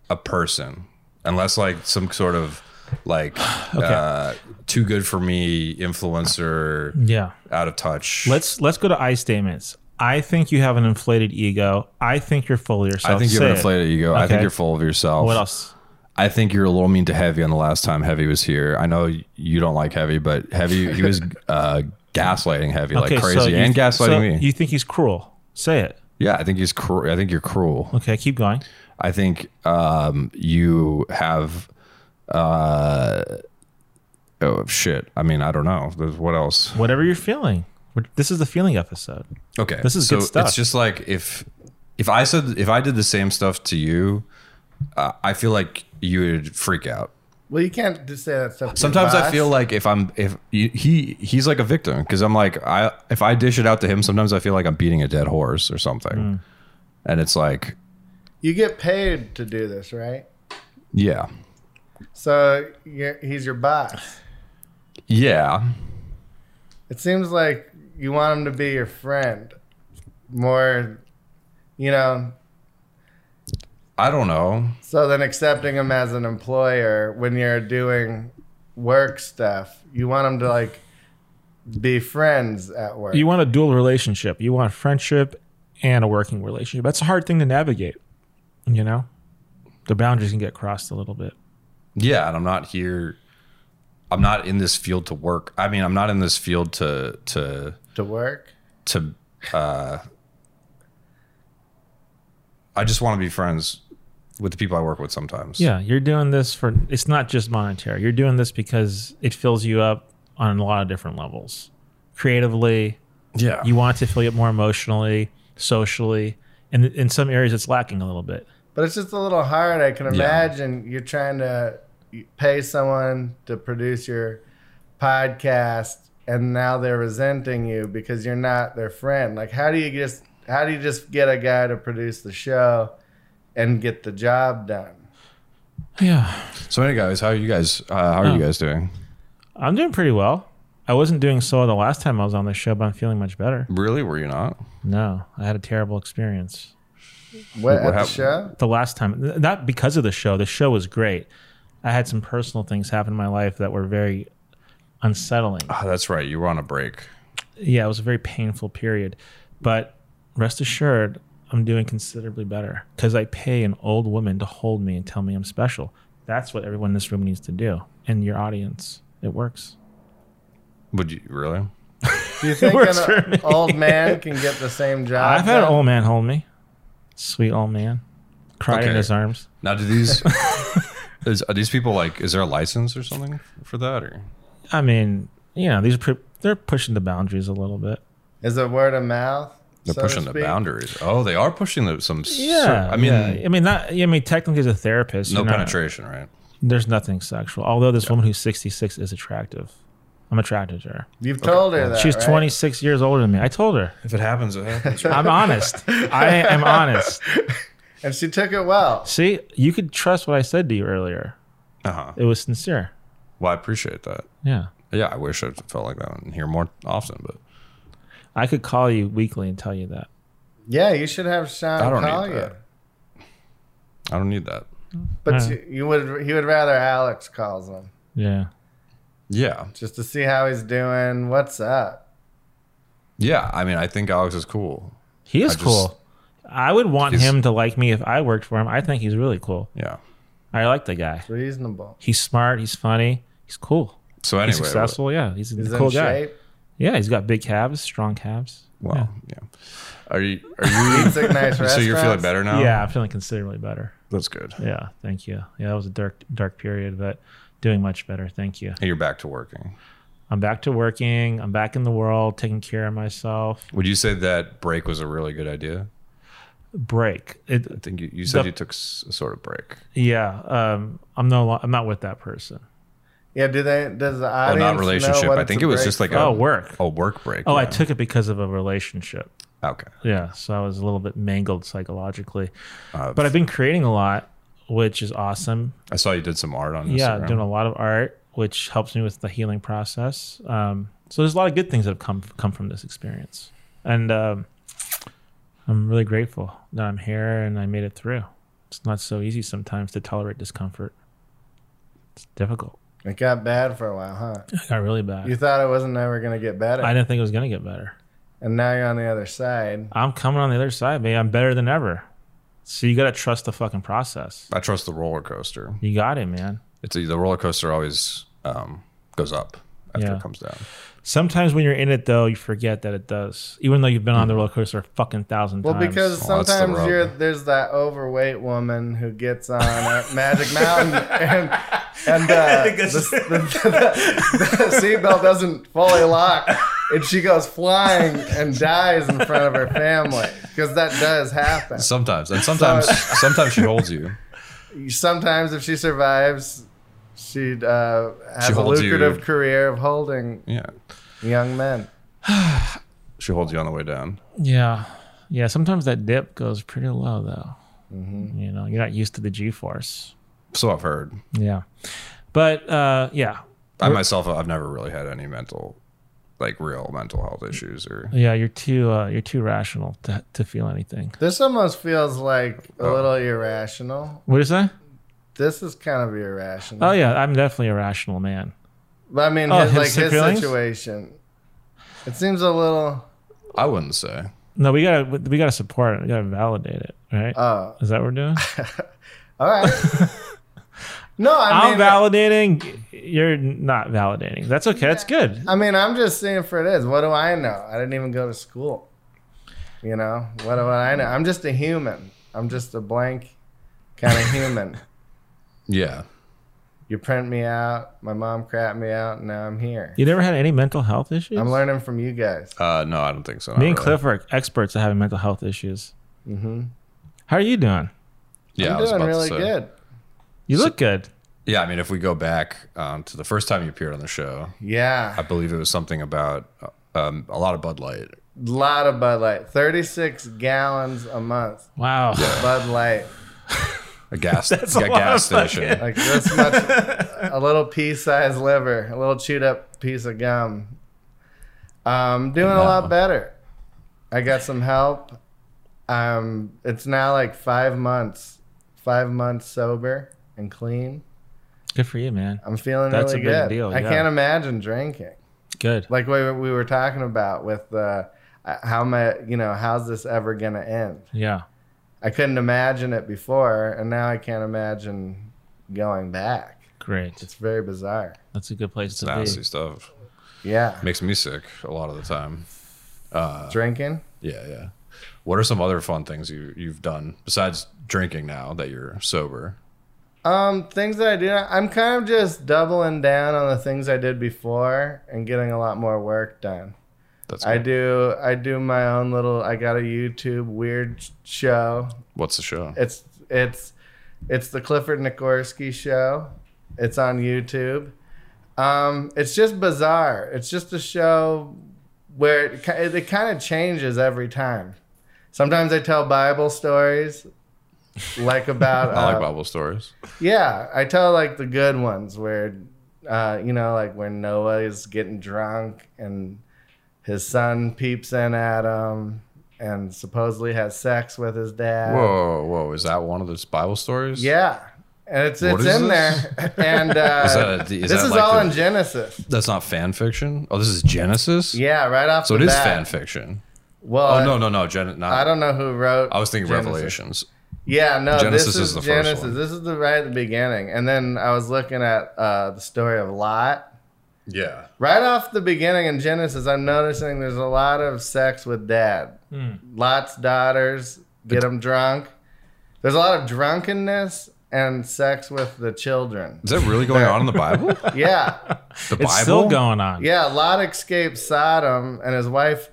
Speaker 2: a person unless like some sort of like uh, too good for me influencer
Speaker 1: Yeah.
Speaker 2: out of touch
Speaker 1: Let's let's go to I statements. I think you have an inflated ego. I think you're full of yourself.
Speaker 2: i think you
Speaker 1: Say
Speaker 2: have an
Speaker 1: it.
Speaker 2: inflated ego i
Speaker 1: Okay.
Speaker 2: think you're full of yourself
Speaker 1: What else?
Speaker 2: i think you're a little mean to heavy on the last time heavy was here i know you don't like Heavy, but Heavy he was uh, gaslighting Heavy like crazy
Speaker 1: you-
Speaker 2: and gaslighting
Speaker 1: so
Speaker 2: me.
Speaker 1: You think he's cruel? Say it.
Speaker 2: yeah, I think he's cruel. I think you're cruel.
Speaker 1: Okay, keep going.
Speaker 2: I think um, you have. Uh, oh shit! I mean, I don't know. There's what else?
Speaker 1: Whatever you're feeling. We're- This is the feeling episode.
Speaker 2: Okay,
Speaker 1: This is
Speaker 2: so
Speaker 1: good stuff.
Speaker 2: It's just like if if I said if I did the same stuff to you, uh, I feel like you would freak out.
Speaker 3: Well, you can't just say that stuff. to your
Speaker 2: Sometimes I
Speaker 3: boss.
Speaker 2: feel like if I'm if you- he he's like a victim because I'm like I if I dish it out to him, sometimes I feel like I'm beating a dead horse or something,
Speaker 1: Hmm.
Speaker 2: and it's like
Speaker 3: you get paid to do this, right?
Speaker 2: yeah,
Speaker 3: So you're, he's your boss.
Speaker 2: yeah,
Speaker 3: It seems like you want him to be your friend more, you know,
Speaker 2: I don't know.
Speaker 3: so than accepting him as an employer when you're doing work stuff. You want him to like be friends at work.
Speaker 1: You want a dual relationship. You want friendship and a working relationship. That's a hard thing to navigate. You know, the boundaries can get crossed a little bit.
Speaker 2: Yeah, and I'm not here. I'm not in this field to work. I mean, I'm not in this field to to
Speaker 3: to work?
Speaker 2: to uh I just want to be friends with the people I work with sometimes.
Speaker 1: Yeah, you're doing this for it's not just monetary. You're doing this because it fills you up on a lot of different levels. Creatively,
Speaker 2: Yeah.
Speaker 1: you want it to fill you up more emotionally, socially, and in some areas it's lacking a little bit.
Speaker 3: But it's just a little hard. I can imagine you're trying to pay someone to produce your podcast, and now they're resenting you because you're not their friend. Like, how do you just how do you just get a guy to produce the show and get the job done?
Speaker 1: Yeah.
Speaker 2: so anyway guys, how are you guys uh, how are you
Speaker 1: Oh.
Speaker 2: guys doing?
Speaker 1: I'm doing pretty well. I wasn't doing so the last time I was on this show, but I'm feeling much better.
Speaker 2: Really? Were you not?
Speaker 1: No, I had a terrible experience.
Speaker 3: What, at the
Speaker 2: happened?
Speaker 3: show?
Speaker 1: the last time th- not because of the show the show was great i had some personal things happen in my life that were very unsettling
Speaker 2: Ah, that's right. You were on a break.
Speaker 1: yeah it was a very painful period but rest assured i'm doing considerably better because i pay an old woman to hold me and tell me i'm special that's what everyone in this room needs to do and your audience it works
Speaker 2: Would you really?
Speaker 3: Do you think
Speaker 1: works for
Speaker 3: an
Speaker 1: me.
Speaker 3: old man can get the same job?
Speaker 1: i've had an
Speaker 3: done?
Speaker 1: old man hold me sweet old man cried in
Speaker 2: Okay.
Speaker 1: his arms
Speaker 2: Now do these is, are these people like is there a license or something for that or
Speaker 1: i mean you know these are pre- they're pushing the boundaries a little bit
Speaker 3: Is it word of mouth?
Speaker 2: they're
Speaker 3: so to
Speaker 2: pushing the
Speaker 3: speak?
Speaker 2: boundaries. Oh, they are pushing the, some cer-
Speaker 1: Yeah,
Speaker 2: I mean
Speaker 1: yeah. I mean, not. I mean, technically, as a therapist,
Speaker 2: no
Speaker 1: you're not-
Speaker 2: penetration, right?
Speaker 1: There's nothing sexual. Although this woman who's 66 is attractive. I'm attracted to her.
Speaker 3: You've told her that
Speaker 1: She's
Speaker 3: right?
Speaker 1: 26 years older than me. I told her.
Speaker 2: If it happens, it happens.
Speaker 1: I'm honest. I am honest.
Speaker 3: and she took it well.
Speaker 1: See, you could trust what I said to you earlier.
Speaker 2: uh-huh.
Speaker 1: It was sincere.
Speaker 2: Well, I appreciate that.
Speaker 1: Yeah,
Speaker 2: Yeah, I wish I felt like that and hear more often, but
Speaker 1: I could call you weekly and tell you that.
Speaker 3: Yeah, you should have Sean
Speaker 2: I don't
Speaker 3: call
Speaker 2: need
Speaker 3: you.
Speaker 2: that. I don't need that.
Speaker 3: But
Speaker 1: Yeah.
Speaker 3: you, you would he would rather Alex calls him
Speaker 1: Yeah.
Speaker 2: Yeah.
Speaker 3: just to see how he's doing, what's up.
Speaker 2: Yeah. I mean, I think Alex is cool.
Speaker 1: He is
Speaker 2: I just-
Speaker 1: cool. I would want
Speaker 2: He's-
Speaker 1: him to like me if I worked for him. I think he's really cool.
Speaker 2: Yeah.
Speaker 1: I like the guy.
Speaker 3: It's reasonable.
Speaker 1: He's smart. He's funny. He's cool.
Speaker 2: So
Speaker 1: He's
Speaker 2: anyway,
Speaker 1: successful. Yeah, he's a
Speaker 3: He's
Speaker 1: cool
Speaker 3: in
Speaker 1: guy.
Speaker 3: shape.
Speaker 1: Yeah, he's got big calves, strong calves.
Speaker 2: well, yeah. Are you? Are you?
Speaker 3: Eats at nice
Speaker 2: so you're feeling
Speaker 3: restaurants.
Speaker 2: better now?
Speaker 1: Yeah, I'm feeling considerably better.
Speaker 2: That's good.
Speaker 1: Yeah, thank you. Yeah, that was a dark dark period, but doing much better. Thank you.
Speaker 2: And you're back to working.
Speaker 1: I'm back to working. I'm back in the world, taking care of myself.
Speaker 2: Would you say that break was a really good idea?
Speaker 1: Break.
Speaker 2: I
Speaker 1: It,
Speaker 2: think you, you said
Speaker 1: The-
Speaker 2: you took s- a sort of break.
Speaker 1: yeah. Um. I'm no. lo- I'm not with that person.
Speaker 3: Yeah, do they does the
Speaker 2: Oh,
Speaker 3: audience
Speaker 2: not relationship.
Speaker 3: Know what
Speaker 2: I
Speaker 3: it's
Speaker 2: think
Speaker 3: a
Speaker 2: it was
Speaker 3: break
Speaker 2: just like
Speaker 1: Oh,
Speaker 2: a,
Speaker 1: work.
Speaker 2: a work break.
Speaker 1: Oh, I
Speaker 2: yeah.
Speaker 1: took it because of a relationship.
Speaker 2: Okay.
Speaker 1: Yeah. So I was a little bit mangled psychologically,
Speaker 2: Uh,
Speaker 1: but I've been creating a lot, which is awesome.
Speaker 2: I saw you did some art on Instagram.
Speaker 1: yeah doing a lot of art which helps me with the healing process um, so there's a lot of good things that have come come from this experience and um, i'm really grateful that i'm here and i made it through it's not so easy sometimes to tolerate discomfort it's difficult
Speaker 3: It got bad for a while, huh?
Speaker 1: i got really bad
Speaker 3: You thought it wasn't ever gonna get better,
Speaker 1: i didn't think it was going to get better
Speaker 3: and now you're on the other side.
Speaker 1: i'm coming on the other side baby i'm better than ever so you got to trust the fucking process
Speaker 2: I trust the roller coaster.
Speaker 1: you got it man
Speaker 2: It's a, the roller coaster always um, goes up after
Speaker 1: Yeah.
Speaker 2: it comes down.
Speaker 1: Sometimes when you're in it, though, you forget that it does, even though you've been on the roller coaster a fucking thousand
Speaker 3: Hmm. Well,
Speaker 1: times.
Speaker 3: because
Speaker 2: Well, that's the
Speaker 3: sometimes
Speaker 2: rub.
Speaker 3: you're, there's that overweight woman who gets on at Magic Mountain and and uh, the,
Speaker 1: that's-
Speaker 3: the, the- the seatbelt doesn't fully lock, and she goes flying and dies in front of her family because that does happen.
Speaker 2: Sometimes and sometimes sometimes she holds you.
Speaker 3: Sometimes, if she survives, she uh, has
Speaker 2: She
Speaker 3: a
Speaker 2: holds you.
Speaker 3: lucrative career of holding
Speaker 2: Yeah,
Speaker 3: young men.
Speaker 2: she holds you on the way down.
Speaker 1: yeah, yeah. Sometimes that dip goes pretty low, though.
Speaker 3: Mm-hmm.
Speaker 1: You know, you're not used to the G-force.
Speaker 2: So I've heard.
Speaker 1: Yeah, but uh, yeah,
Speaker 2: I myself, I've never really had any mental, like real mental health issues or.
Speaker 1: yeah. You're too uh, you're too rational to, to feel anything.
Speaker 3: This almost feels like
Speaker 2: Oh.
Speaker 3: a little irrational.
Speaker 1: What is that?
Speaker 3: This is kind of irrational.
Speaker 1: Oh yeah, I'm definitely a rational man.
Speaker 3: But I mean,
Speaker 1: Oh,
Speaker 3: his, like
Speaker 1: hipster
Speaker 3: his
Speaker 1: feelings?
Speaker 3: situation. It seems a little.
Speaker 2: I wouldn't say.
Speaker 1: No, we gotta we gotta support it. We gotta validate it, right?
Speaker 3: Oh,
Speaker 1: is that what we're doing?
Speaker 3: all right. no, I
Speaker 1: I'm
Speaker 3: mean, uh,
Speaker 1: validating. You're not validating. That's okay. That's good.
Speaker 3: I mean, I'm just seeing for it is. What do I know? I didn't even go to school. You know, what do I know? I'm just a human. I'm just a blank kind of human.
Speaker 2: Yeah.
Speaker 3: You print me out. My mom crapped me out, and now I'm here.
Speaker 1: You never had any mental health issues?
Speaker 3: I'm learning from you guys.
Speaker 2: Uh, no, I don't think so. not
Speaker 1: Me and
Speaker 2: really.
Speaker 1: Cliff are experts at having mental health issues.
Speaker 3: Mm-hmm.
Speaker 1: How are you doing?
Speaker 2: Yeah, I
Speaker 3: I'm
Speaker 2: was
Speaker 3: doing
Speaker 2: about to
Speaker 3: really
Speaker 2: say.
Speaker 3: good.
Speaker 1: You look good.
Speaker 2: Yeah, I mean, if we go back um, to the first time you appeared on the show, I
Speaker 3: Yeah,
Speaker 2: believe it was something about uh, um, a lot of Bud Light.
Speaker 3: a lot of Bud Light. 36 gallons a month.
Speaker 1: Wow.
Speaker 3: Bud Light.
Speaker 2: A gas,
Speaker 1: That's
Speaker 2: a
Speaker 1: a lot
Speaker 2: gas
Speaker 1: of fucking-
Speaker 2: station.
Speaker 3: Like this much, a little pea-sized liver, a little chewed up piece of gum. Um, doing a lot
Speaker 2: No.
Speaker 3: better. I got some help. Um, it's now like five months, five months sober and clean.
Speaker 1: Good for you, man.
Speaker 3: I'm feeling
Speaker 1: That's
Speaker 3: really
Speaker 1: a big
Speaker 3: good.
Speaker 1: deal,
Speaker 3: I
Speaker 1: yeah.
Speaker 3: can't imagine drinking.
Speaker 1: Good.
Speaker 3: Like we we were talking about with uh, how my you know how's this ever gonna end?
Speaker 1: Yeah.
Speaker 3: I couldn't imagine it before, and now I can't imagine going back.
Speaker 1: Great.
Speaker 3: It's very bizarre.
Speaker 1: That's a good place to
Speaker 2: Nasty
Speaker 1: be.
Speaker 2: stuff.
Speaker 3: Yeah.
Speaker 2: Makes me sick a lot of the time.
Speaker 3: Drinking.
Speaker 2: Yeah, yeah. What are some other fun things you you've done besides drinking now that you're sober?
Speaker 3: Um, things that I do. I'm kind of just doubling down on the things I did before and getting a lot more work done.
Speaker 2: That's
Speaker 3: I
Speaker 2: good.
Speaker 3: do. I do my own little. I got a YouTube weird sh- show.
Speaker 2: What's the show?
Speaker 3: It's it's it's the Clifford Nikorsky show. It's on YouTube. Um, it's just bizarre. It's just a show where it, ki- it, it kind of changes every time. Sometimes I tell Bible stories, like about
Speaker 2: I
Speaker 3: uh,
Speaker 2: like Bible stories.
Speaker 3: Yeah, I tell like the good ones where, uh, you know, like when Noah is getting drunk and his son peeps in at him and supposedly has sex with his dad.
Speaker 2: Whoa, whoa! Is that one of those Bible stories?
Speaker 3: uh, Yeah, and it's
Speaker 2: What
Speaker 3: it's
Speaker 2: is
Speaker 3: in
Speaker 2: this?
Speaker 3: there, and uh,
Speaker 2: Is that a- is
Speaker 3: this
Speaker 2: that
Speaker 3: is
Speaker 2: like
Speaker 3: all
Speaker 2: the-
Speaker 3: in Genesis.
Speaker 2: That's not fan fiction. Oh, this is Genesis.
Speaker 3: Yeah, right off
Speaker 2: So it
Speaker 3: the
Speaker 2: is
Speaker 3: bat.
Speaker 2: fan fiction.
Speaker 3: Well,
Speaker 2: Oh no, no, no, Gen. Not,
Speaker 3: I don't know who wrote.
Speaker 2: I was thinking
Speaker 3: Genesis.
Speaker 2: Revelations.
Speaker 3: Yeah, no,
Speaker 2: Genesis
Speaker 3: this
Speaker 2: is
Speaker 3: is,
Speaker 2: the first
Speaker 3: Genesis.
Speaker 2: one.
Speaker 3: This is the right at the beginning, and then I was looking at uh, the story of Lot.
Speaker 2: Yeah.
Speaker 3: Right off the beginning in Genesis, I'm noticing there's a lot of sex with dad. Lot's daughters get them drunk. There's a lot of drunkenness and sex with the children.
Speaker 2: Is that really going on in the Bible? The
Speaker 3: Yeah,
Speaker 2: Bible.
Speaker 1: It's still going on.
Speaker 3: yeah. Lot escapes Sodom, and his wife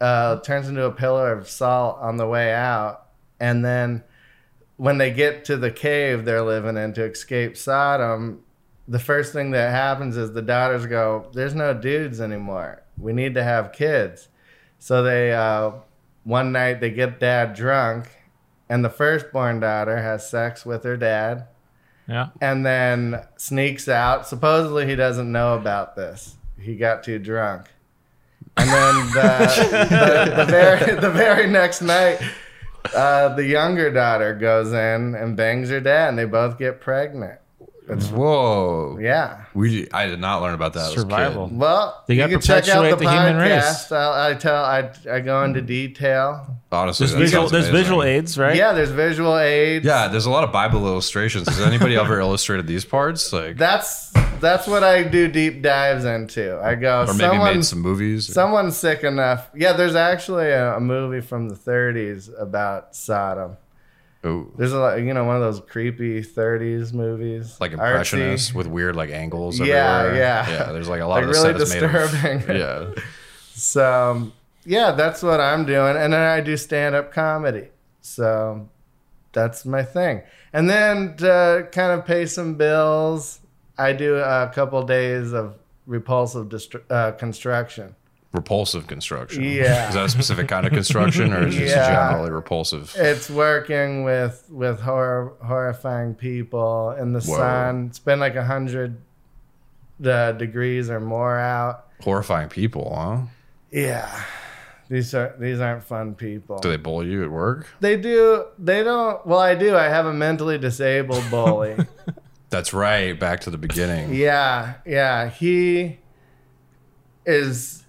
Speaker 3: uh, turns into a pillar of salt on the way out. And then when they get to the cave they're living in to escape Sodom, the first thing that happens is the daughters go, There's no dudes anymore. We need to have kids. So they, uh, one night, they get dad drunk, and the firstborn daughter has sex with her dad
Speaker 1: Yeah.
Speaker 3: and then sneaks out. Supposedly, he doesn't know about this. He got too drunk. And then the, the, the very the very next night, uh, the younger daughter goes in and bangs her dad, and they both get pregnant. That's
Speaker 2: Whoa.
Speaker 3: yeah.
Speaker 2: We I did not learn about that. as a kid.
Speaker 4: Survival.
Speaker 3: Well,
Speaker 4: They
Speaker 3: you
Speaker 4: gotta
Speaker 3: can check out the,
Speaker 4: perpetuate the human race.
Speaker 3: podcast. I, I tell I I go into detail.
Speaker 2: Honestly,
Speaker 1: There's
Speaker 2: that
Speaker 1: visual,
Speaker 2: sounds
Speaker 1: there's
Speaker 2: amazing.
Speaker 1: visual aids, right?
Speaker 3: Yeah, there's visual aids.
Speaker 2: Yeah, there's a lot of Bible illustrations. Has anybody ever illustrated these parts? Like,
Speaker 3: That's that's what I do deep dives into. I go
Speaker 2: or maybe
Speaker 3: someone
Speaker 2: made some movies.
Speaker 3: someone's sick enough. Yeah, there's actually a, a movie from the 30s about Sodom.
Speaker 2: Ooh.
Speaker 3: There's a lot, you know, one of those creepy 30s movies,
Speaker 2: like
Speaker 3: Artsy.
Speaker 2: impressionists with weird like angles.
Speaker 3: Yeah,
Speaker 2: everywhere.
Speaker 3: yeah.
Speaker 2: yeah. There's like a lot
Speaker 3: Like,
Speaker 2: of the
Speaker 3: really
Speaker 2: set is made of-
Speaker 3: disturbing.
Speaker 2: yeah,
Speaker 3: So um, yeah, that's what I'm doing, and then I do stand up comedy. So that's my thing. And then to kind of pay some bills, I do a couple days of repulsive distru- uh, construction.
Speaker 2: repulsive construction.
Speaker 3: Yeah.
Speaker 2: is that a specific kind of construction or is it just
Speaker 3: Yeah.
Speaker 2: generally repulsive?
Speaker 3: It's working with with horror, horrifying people in the
Speaker 2: Whoa.
Speaker 3: sun. It's been like a hundred uh, degrees or more out.
Speaker 2: Horrifying people, huh?
Speaker 3: Yeah, these are these aren't fun people.
Speaker 2: Do they bully you at work?
Speaker 3: They do. They don't. Well, I do. I have a mentally disabled bully.
Speaker 2: That's right. Back to the beginning.
Speaker 3: yeah, yeah. He is.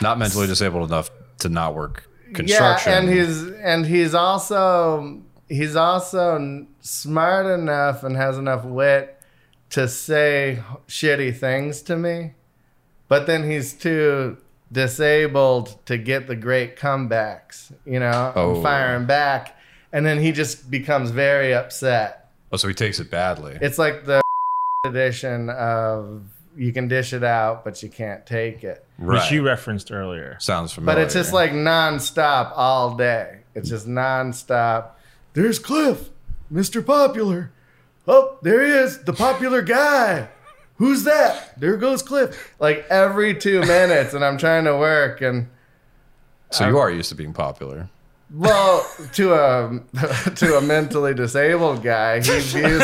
Speaker 2: Not mentally disabled enough to not work
Speaker 3: Yeah,
Speaker 2: construction.
Speaker 3: and he's and he's also he's also n- smart enough and has enough wit to say shitty things to me, but then he's too disabled to get the great comebacks. You know,
Speaker 2: Oh.
Speaker 3: I'm firing back, and then he just becomes very upset.
Speaker 2: oh, so he takes it badly.
Speaker 3: It's like the edition of you can dish it out, but you can't take it.
Speaker 1: which
Speaker 2: right.
Speaker 1: you referenced earlier.
Speaker 2: Sounds familiar.
Speaker 3: But it's just like nonstop all day. It's just nonstop. There's Cliff, Mr. Popular. Oh, there he is, the popular guy. Who's that? There goes Cliff. Like every two minutes, and I'm trying to work, and
Speaker 2: so
Speaker 3: uh,
Speaker 2: you are used to being popular.
Speaker 3: well, to a to a mentally disabled guy, he views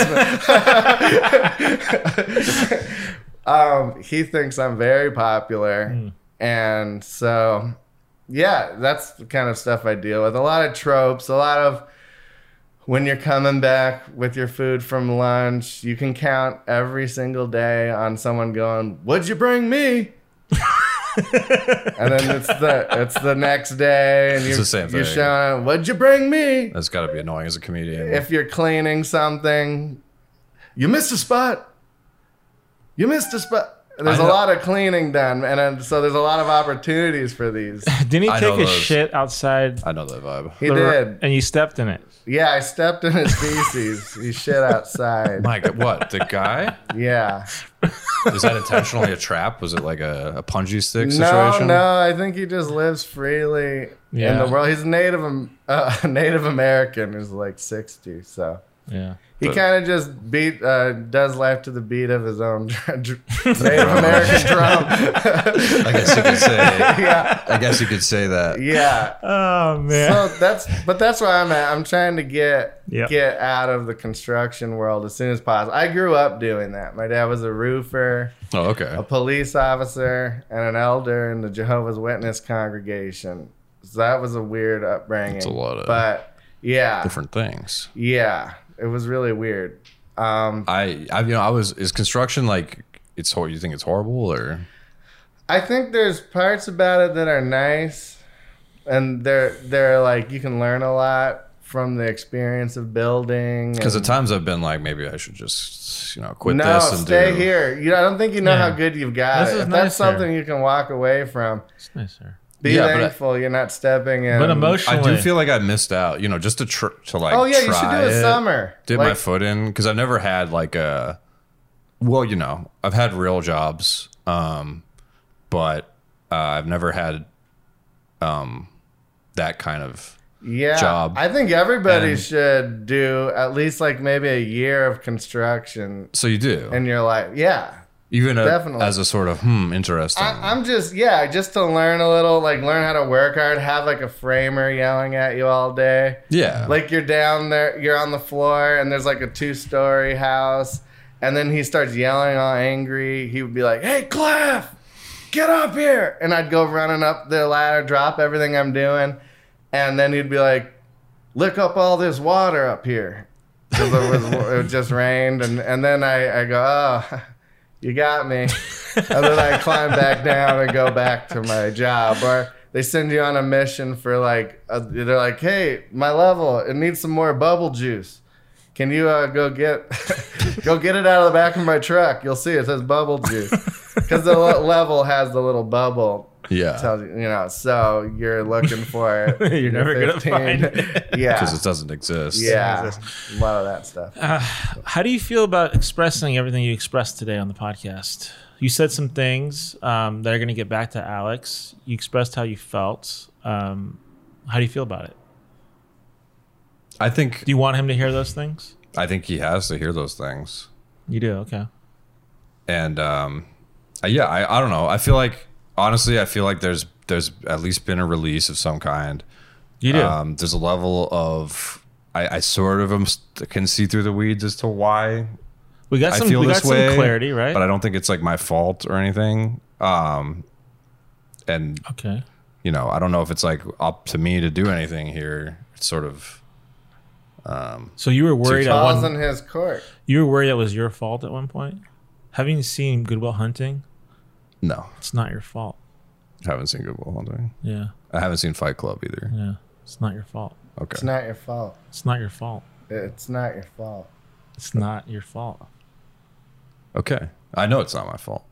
Speaker 3: me. um, he thinks I'm very popular,
Speaker 2: Hmm.
Speaker 3: and so yeah, that's the kind of stuff I deal with. A lot of tropes, a lot of when you're coming back with your food from lunch, you can count every single day on someone going, "What'd you bring me?" and then it's the it's the next day, and you,
Speaker 2: the same
Speaker 3: you're
Speaker 2: thing.
Speaker 3: showing, Uh, "What'd you bring me?"
Speaker 2: That's got to be annoying as a comedian.
Speaker 3: If you're cleaning something, you missed a spot. You missed a spot. There's
Speaker 2: I
Speaker 3: a
Speaker 2: know-
Speaker 3: lot of cleaning done, and then, so there's a lot of opportunities for these.
Speaker 1: Didn't he
Speaker 2: I know
Speaker 1: take a
Speaker 2: those.
Speaker 1: shit outside?
Speaker 2: I know that vibe.
Speaker 3: He
Speaker 1: the ro-
Speaker 3: did.
Speaker 1: and you stepped in it.
Speaker 3: Yeah, I stepped in his feces. he shit outside.
Speaker 2: My God, what the guy?
Speaker 3: Yeah.
Speaker 2: Is that intentionally a trap? Was it like a, a punji stick
Speaker 3: No,
Speaker 2: situation?
Speaker 3: no. I think he just lives freely
Speaker 1: Yeah.
Speaker 3: in the world. He's Native Am- uh, Native American. Who's like sixty, so
Speaker 1: Yeah.
Speaker 3: he
Speaker 2: But-
Speaker 3: kind of just beat uh, does life to the beat of his own dr- dr- Native American drum.
Speaker 2: I guess you could say.
Speaker 3: yeah,
Speaker 2: I guess you could say that.
Speaker 3: yeah.
Speaker 1: Oh man.
Speaker 3: So that's but that's where I'm at. I'm trying to get
Speaker 1: Yeah.
Speaker 3: get out of the construction world as soon as possible. I grew up doing that. My dad was a roofer.
Speaker 2: Oh, okay.
Speaker 3: a police officer and an elder in the Jehovah's Witness congregation. So that was a weird upbringing.
Speaker 2: That's a lot of-
Speaker 3: But yeah,
Speaker 2: Different things.
Speaker 3: yeah, it was really weird. Um,
Speaker 2: I, I, you know, I was. Is construction like? It's hor- you think it's horrible or
Speaker 3: I think there's parts about it that are nice, and they're they're like you can learn a lot from the experience of building.
Speaker 2: because
Speaker 3: and-
Speaker 2: at times I've been like maybe I should just you know quit
Speaker 3: no,
Speaker 2: this and
Speaker 3: stay
Speaker 2: do-
Speaker 3: here. You know, I don't think you know
Speaker 1: Yeah.
Speaker 3: how good you've got
Speaker 1: This
Speaker 3: it.
Speaker 1: is
Speaker 3: If
Speaker 1: nicer.
Speaker 3: that's something you can walk away from,
Speaker 1: It's nicer.
Speaker 3: be
Speaker 2: Yeah, but I-
Speaker 3: thankful you're not stepping in.
Speaker 1: But
Speaker 2: I
Speaker 1: emotionally,
Speaker 2: do feel like I missed out. You know, just to tr- to like.
Speaker 3: Oh yeah, you should
Speaker 2: try
Speaker 3: do a
Speaker 2: it.
Speaker 3: summer.
Speaker 2: Did my
Speaker 3: Like,
Speaker 2: foot in because I've never had like a. Well, you know, I've had real jobs, um, but uh, I've never had um, that kind of
Speaker 3: yeah,
Speaker 2: job.
Speaker 3: I think everybody
Speaker 2: And-
Speaker 3: should do at least like maybe a year of construction
Speaker 2: So you do,
Speaker 3: in your life. Yeah.
Speaker 2: even a,
Speaker 3: definitely.
Speaker 2: as a sort of hmm, interesting.
Speaker 3: I, I'm just yeah, just to learn a little, like learn how to work hard, have like a framer yelling at you all day.
Speaker 2: yeah,
Speaker 3: Like you're down there, you're on the floor, and there's like a two story house, and then he starts yelling all angry. He would be like, "Hey, Cliff, get up here!" And I'd go running up the ladder, drop everything I'm doing, and then he'd be like, "Lick up all this water up here." because it was it just rained, and and then I I go oh. You got me. And then I climb back down and go back to my job. Or they send you on a mission for like, uh they're like, hey, my level, it needs some more bubble juice. Can you uh, go get go get it out of the back of my truck? You'll see it says bubble juice because the le- level has the little bubble.
Speaker 2: Yeah.
Speaker 3: tells you, you know, so you're looking for it.
Speaker 1: You're never gonna
Speaker 3: 15.
Speaker 1: find it.
Speaker 3: yeah,
Speaker 2: because it doesn't exist.
Speaker 3: yeah, a lot of that stuff.
Speaker 1: How do you feel about expressing everything you expressed today on the podcast? You said some things um, that are going to get back to Alex. You expressed how you felt. Um, how do you feel about it?
Speaker 2: I think
Speaker 1: Do you want him to hear those things?
Speaker 2: I think he has to hear those things.
Speaker 1: You do. Okay.
Speaker 2: and um, I- yeah, I, I don't know. I feel like honestly, I feel like there's there's at least been a release of some kind.
Speaker 1: You do.
Speaker 2: Um, there's a level of I, I sort of am, st- can see through the weeds as to why
Speaker 1: we got some.
Speaker 2: I feel
Speaker 1: We
Speaker 2: this
Speaker 1: got
Speaker 2: way.
Speaker 1: some clarity, right?
Speaker 2: But I don't think it's like my fault or anything. Um, and
Speaker 1: okay.
Speaker 2: you know, I don't know if it's like up to me to do anything here. It's sort of
Speaker 1: So you were worried at
Speaker 3: Falls
Speaker 1: one.
Speaker 3: in his court.
Speaker 1: You were worried that was your fault at one point. Having seen Goodwill Hunting,
Speaker 2: no.
Speaker 1: it's not your fault.
Speaker 2: I haven't seen Good Will Hunting.
Speaker 1: Yeah.
Speaker 2: I haven't seen Fight Club either.
Speaker 1: Yeah. It's not your fault.
Speaker 2: Okay.
Speaker 3: It's not your fault.
Speaker 1: It's not your fault.
Speaker 3: It's not your fault.
Speaker 1: It's not your fault.
Speaker 2: okay. I know it's not my fault.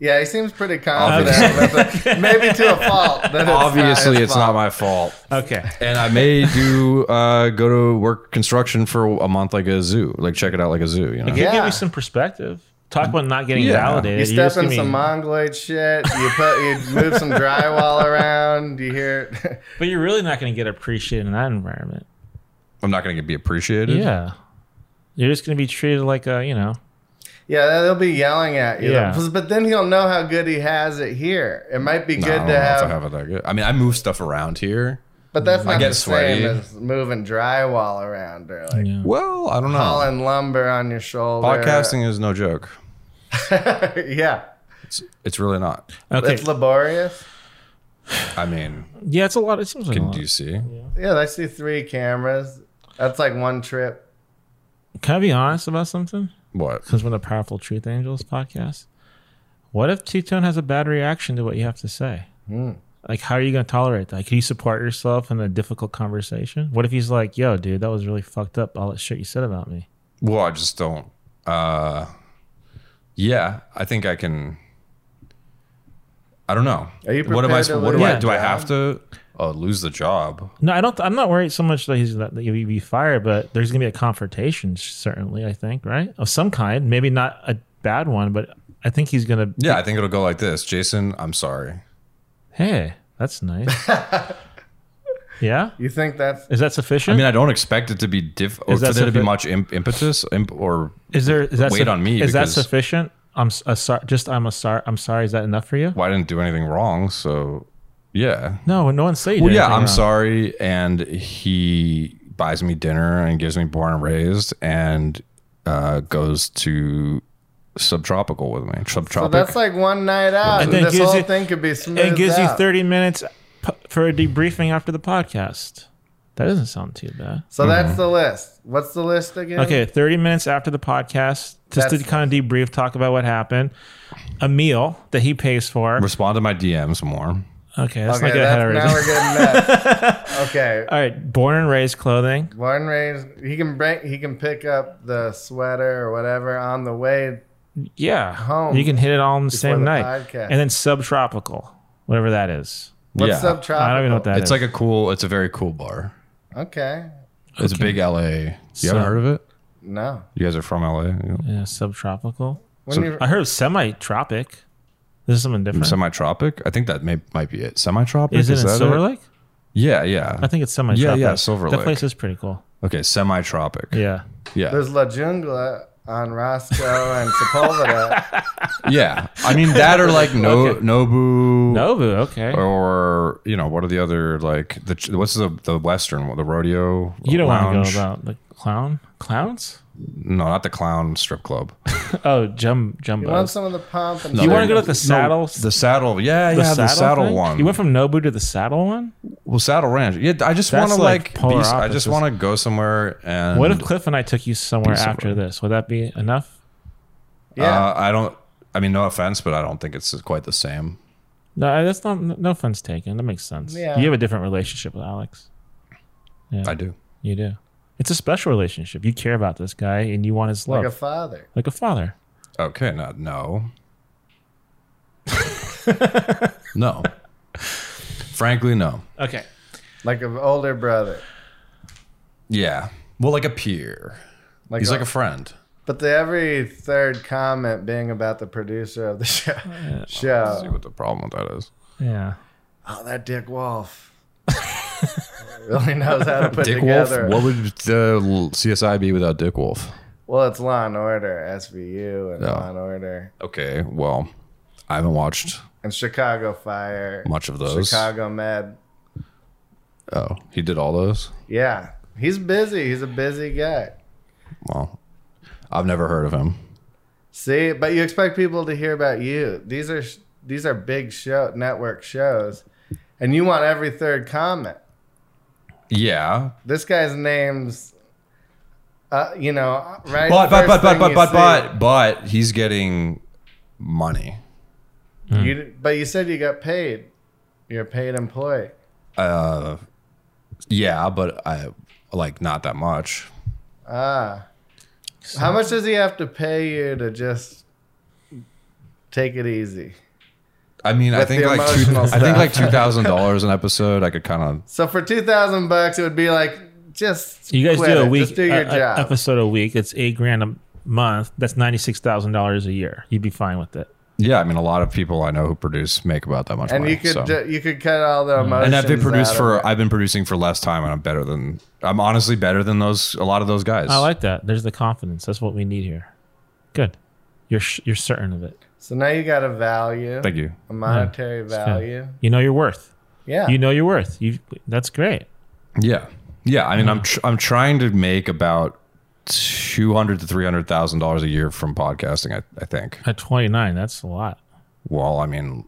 Speaker 3: Yeah, he seems pretty confident. with it. Maybe to a fault. that it's not
Speaker 2: Obviously,
Speaker 3: his
Speaker 2: it's
Speaker 3: fault.
Speaker 2: not my fault.
Speaker 1: Okay.
Speaker 2: And I may do uh, go to work construction for a month, like a zoo, like check it out like a zoo. You know,
Speaker 1: Can you give
Speaker 3: Yeah.
Speaker 1: me some perspective? Talk about not getting
Speaker 2: Yeah.
Speaker 1: validated.
Speaker 3: You
Speaker 1: You're
Speaker 3: step
Speaker 1: just
Speaker 3: in
Speaker 1: gonna
Speaker 3: some
Speaker 1: be-
Speaker 3: mongoloid shit. You put you move some drywall around. You hear
Speaker 1: But you're really not going to get appreciated in that environment.
Speaker 2: I'm not going to be appreciated.
Speaker 1: Yeah. You're just going to be treated like a, you know.
Speaker 3: Yeah, they'll be yelling at you.
Speaker 1: Yeah.
Speaker 3: But then he'll know how good he has it here. It might be
Speaker 2: Nah, I
Speaker 3: good
Speaker 2: don't
Speaker 3: to
Speaker 2: know if
Speaker 3: have,
Speaker 2: I have it that good. I mean, I move stuff around here.
Speaker 3: but that's not
Speaker 2: get
Speaker 3: the
Speaker 2: sweaty.
Speaker 3: same as moving drywall around or like
Speaker 1: Yeah.
Speaker 2: Well, I don't know.
Speaker 3: hauling lumber on your shoulder.
Speaker 2: Podcasting is no joke.
Speaker 3: yeah.
Speaker 2: It's, it's really not.
Speaker 1: Okay.
Speaker 3: It's laborious.
Speaker 2: I mean,
Speaker 1: yeah, it's a lot. It seems like a
Speaker 2: can
Speaker 1: lot.
Speaker 2: do you see?
Speaker 3: Yeah, I see three cameras. That's like one trip.
Speaker 1: Can I be honest about something?
Speaker 2: What?
Speaker 1: Because we're the Powerful Truth Angels podcast. What if T Tone has a bad reaction to what you have to say? Like, how are you going to tolerate that? Can you support yourself in a difficult conversation? What if he's like, yo, dude, that was really fucked up, all that shit you said about me?
Speaker 2: Well, I just don't. Uh, yeah, I think I can. I don't know.
Speaker 3: Are you
Speaker 2: what am I?
Speaker 3: prepared to
Speaker 2: What do
Speaker 3: lose
Speaker 2: I?
Speaker 1: your
Speaker 2: Do I
Speaker 3: job?
Speaker 2: have to uh, lose the job?
Speaker 1: No, I don't. I'm not worried so much that he's that he'll be fired, but there's gonna be a confrontation, certainly. I think, right, of some kind. Maybe not a bad one, but I think he's gonna.
Speaker 2: Yeah, I think it'll go like this. Jason, I'm sorry.
Speaker 1: Hey, that's nice. yeah,
Speaker 3: You think that's
Speaker 1: is that
Speaker 2: I
Speaker 1: sufficient?
Speaker 2: mean, I don't expect it to be diff or
Speaker 1: Is
Speaker 2: for
Speaker 1: that
Speaker 2: there to be
Speaker 1: suffi-
Speaker 2: much imp- impetus imp- or
Speaker 1: is there is that
Speaker 2: wait on me
Speaker 1: Is that
Speaker 2: because-
Speaker 1: sufficient? I'm s- a sor- just I'm a sorry. I'm sorry. Is that enough for you?
Speaker 2: well, I didn't do anything wrong. So, yeah.
Speaker 1: No, no one said. you
Speaker 2: Well,
Speaker 1: did
Speaker 2: yeah,
Speaker 1: anything uh,
Speaker 2: I'm
Speaker 1: wrong.
Speaker 2: sorry. And he buys me dinner and gives me born and raised and uh, goes to subtropical with me.
Speaker 3: so
Speaker 2: Subtropic.
Speaker 3: that's like one night out.
Speaker 1: And
Speaker 3: And
Speaker 1: then
Speaker 3: this
Speaker 1: gives
Speaker 3: whole
Speaker 1: you-
Speaker 3: thing could be smooth.
Speaker 1: It gives you
Speaker 3: out.
Speaker 1: 30 minutes p- for a debriefing after the podcast. That doesn't sound too bad.
Speaker 3: So that's the list. What's the list again?
Speaker 1: Okay, 30 minutes after the podcast, just to
Speaker 3: That's-
Speaker 1: kind of debrief, talk about what happened. A meal that he pays for.
Speaker 2: Respond to my DMs more.
Speaker 1: Okay, that's
Speaker 3: Okay,
Speaker 1: not good
Speaker 3: that's,
Speaker 1: ahead already.
Speaker 3: now we're getting nuts. okay.
Speaker 1: All right, born and raised clothing.
Speaker 3: Born raised. He can bring. He can pick up the sweater or whatever on the way.
Speaker 1: Yeah.
Speaker 3: Home
Speaker 1: You can hit it all on the same
Speaker 3: the
Speaker 1: night.
Speaker 3: podcast.
Speaker 1: And then subtropical, whatever that is.
Speaker 3: What's
Speaker 2: yeah.
Speaker 3: subtropical?
Speaker 1: I don't even know what that
Speaker 2: It's like a cool, it's a very cool bar.
Speaker 3: Okay.
Speaker 2: It's a big LA. You
Speaker 1: So-
Speaker 2: haven't heard of it?
Speaker 3: No.
Speaker 2: You guys are from LA. You know?
Speaker 1: yeah, subtropical.
Speaker 3: When you,
Speaker 1: I heard of semi tropic. This is something different.
Speaker 2: Semi-tropic? I think that may, might be it. Semi-tropic?
Speaker 1: is it in
Speaker 2: that
Speaker 1: Silver Lake?
Speaker 2: Yeah, yeah.
Speaker 1: I think it's semi tropic.
Speaker 2: yeah, Silver
Speaker 1: That
Speaker 2: Lake.
Speaker 1: place is pretty cool.
Speaker 2: Okay, semi-tropic.
Speaker 1: Yeah.
Speaker 2: Yeah.
Speaker 3: there's La Jungla on Roscoe and Sepulveda.
Speaker 2: yeah. I mean that or like no Nobu
Speaker 1: Nobu, okay.
Speaker 2: or you know, what are the other like the ch- what's the the western one, the rodeo?
Speaker 1: you don't want to
Speaker 2: lounge?
Speaker 1: go about the clown? Clowns?
Speaker 2: No, not the clown strip club.
Speaker 1: Oh, Jum
Speaker 3: You want
Speaker 1: Jumbo.
Speaker 3: some of the pomp and
Speaker 2: No,
Speaker 1: You
Speaker 2: there-
Speaker 1: want to go to the saddle?
Speaker 2: The saddle, yeah, yeah, the saddle
Speaker 1: thing?
Speaker 2: one.
Speaker 1: You went from Nobu to the saddle one.
Speaker 2: well, Saddle Ranch. Yeah, I just
Speaker 1: That's
Speaker 2: want to
Speaker 1: like
Speaker 2: like.
Speaker 1: polar
Speaker 2: be- I
Speaker 1: opposites.
Speaker 2: just want to go somewhere and. uh,
Speaker 1: What if Cliff and I took you somewhere
Speaker 2: Piece of
Speaker 1: after this? Would that be enough?
Speaker 3: yeah.
Speaker 2: Uh, I don't. I mean, no offense, but I don't think it's quite the same.
Speaker 1: No, that's not. No offense taken. That makes sense.
Speaker 3: Yeah.
Speaker 1: You have a different relationship with Alex.
Speaker 2: I do.
Speaker 1: You do. It's a special relationship. You care about this guy and you want his love,
Speaker 3: like a
Speaker 1: like
Speaker 3: father.
Speaker 1: a, father.
Speaker 2: Okay, no, no, no. Frankly, no.
Speaker 1: Okay.
Speaker 3: Like an older brother.
Speaker 2: Yeah. Well, like a peer.
Speaker 3: Like
Speaker 2: He's
Speaker 3: a,
Speaker 2: like a friend.
Speaker 3: but the every third comment being about the producer of the show.
Speaker 2: see
Speaker 3: show.
Speaker 2: what the problem with that is.
Speaker 1: Yeah.
Speaker 3: Oh, that Dick Wolf. really knows how to put
Speaker 2: Dick
Speaker 3: together.
Speaker 2: Wolf. What would the l- CSI be without Dick Wolf?
Speaker 3: Well, it's Law and Order, SVU, and
Speaker 2: Yeah.
Speaker 3: Law and Order,
Speaker 2: Okay. Well, I haven't watched
Speaker 3: and Chicago Fire,
Speaker 2: much of those.
Speaker 3: Chicago Med.
Speaker 2: Oh, he did all those.
Speaker 3: Yeah, he's busy. He's a busy guy.
Speaker 2: Well, I've never heard of him.
Speaker 3: See, but you expect people to hear about you. These are these are big show network shows, and you want every third comment.
Speaker 2: Yeah,
Speaker 3: This guy's name's, uh, you know, right?
Speaker 2: but but but
Speaker 3: first
Speaker 2: but
Speaker 3: thing
Speaker 2: but
Speaker 3: you
Speaker 2: but
Speaker 3: see.
Speaker 2: but but he's getting money.
Speaker 1: Hmm.
Speaker 3: you. But you said you got paid. You're a paid employee.
Speaker 2: Uh, yeah, but I like not that much.
Speaker 3: Ah. How much does he have to pay you to just take it easy?
Speaker 2: I mean, I
Speaker 3: With
Speaker 2: think
Speaker 3: the
Speaker 2: like two,
Speaker 3: emotional
Speaker 2: I think
Speaker 3: stuff.
Speaker 2: like two thousand dollars an episode. I could kind of
Speaker 3: So for two thousand bucks, it would be like just
Speaker 1: You guys
Speaker 3: quit
Speaker 1: do a
Speaker 3: it.
Speaker 1: week
Speaker 3: Just do your
Speaker 1: a- a-
Speaker 3: job.
Speaker 1: episode a week. It's eight grand a month. That's ninety six thousand dollars a year. You'd be fine with it.
Speaker 2: yeah. I mean, a lot of people I know who produce make about that much
Speaker 3: and
Speaker 2: money.
Speaker 3: you could
Speaker 2: so.
Speaker 3: ju- you could cut all the
Speaker 1: Hmm.
Speaker 2: and
Speaker 3: emotions.
Speaker 2: I've been produced
Speaker 3: out
Speaker 2: for
Speaker 3: of it.
Speaker 2: I've been producing for less time, and I'm better than I'm honestly better than those a lot of those guys.
Speaker 1: I like that. There's the confidence. That's what we need here. Good. You're sh- you're certain of it.
Speaker 3: So now you got a value,
Speaker 2: Thank you.
Speaker 3: a monetary
Speaker 1: hmm. It's good.
Speaker 3: value.
Speaker 1: You know your worth.
Speaker 3: Yeah,
Speaker 1: You know your worth. You. That's great.
Speaker 2: Yeah, yeah. I mean, I'm tr- I'm trying to make about two hundred to three hundred thousand dollars a year from podcasting. I, I think.
Speaker 1: At twenty nine, that's a lot.
Speaker 2: Well, I mean,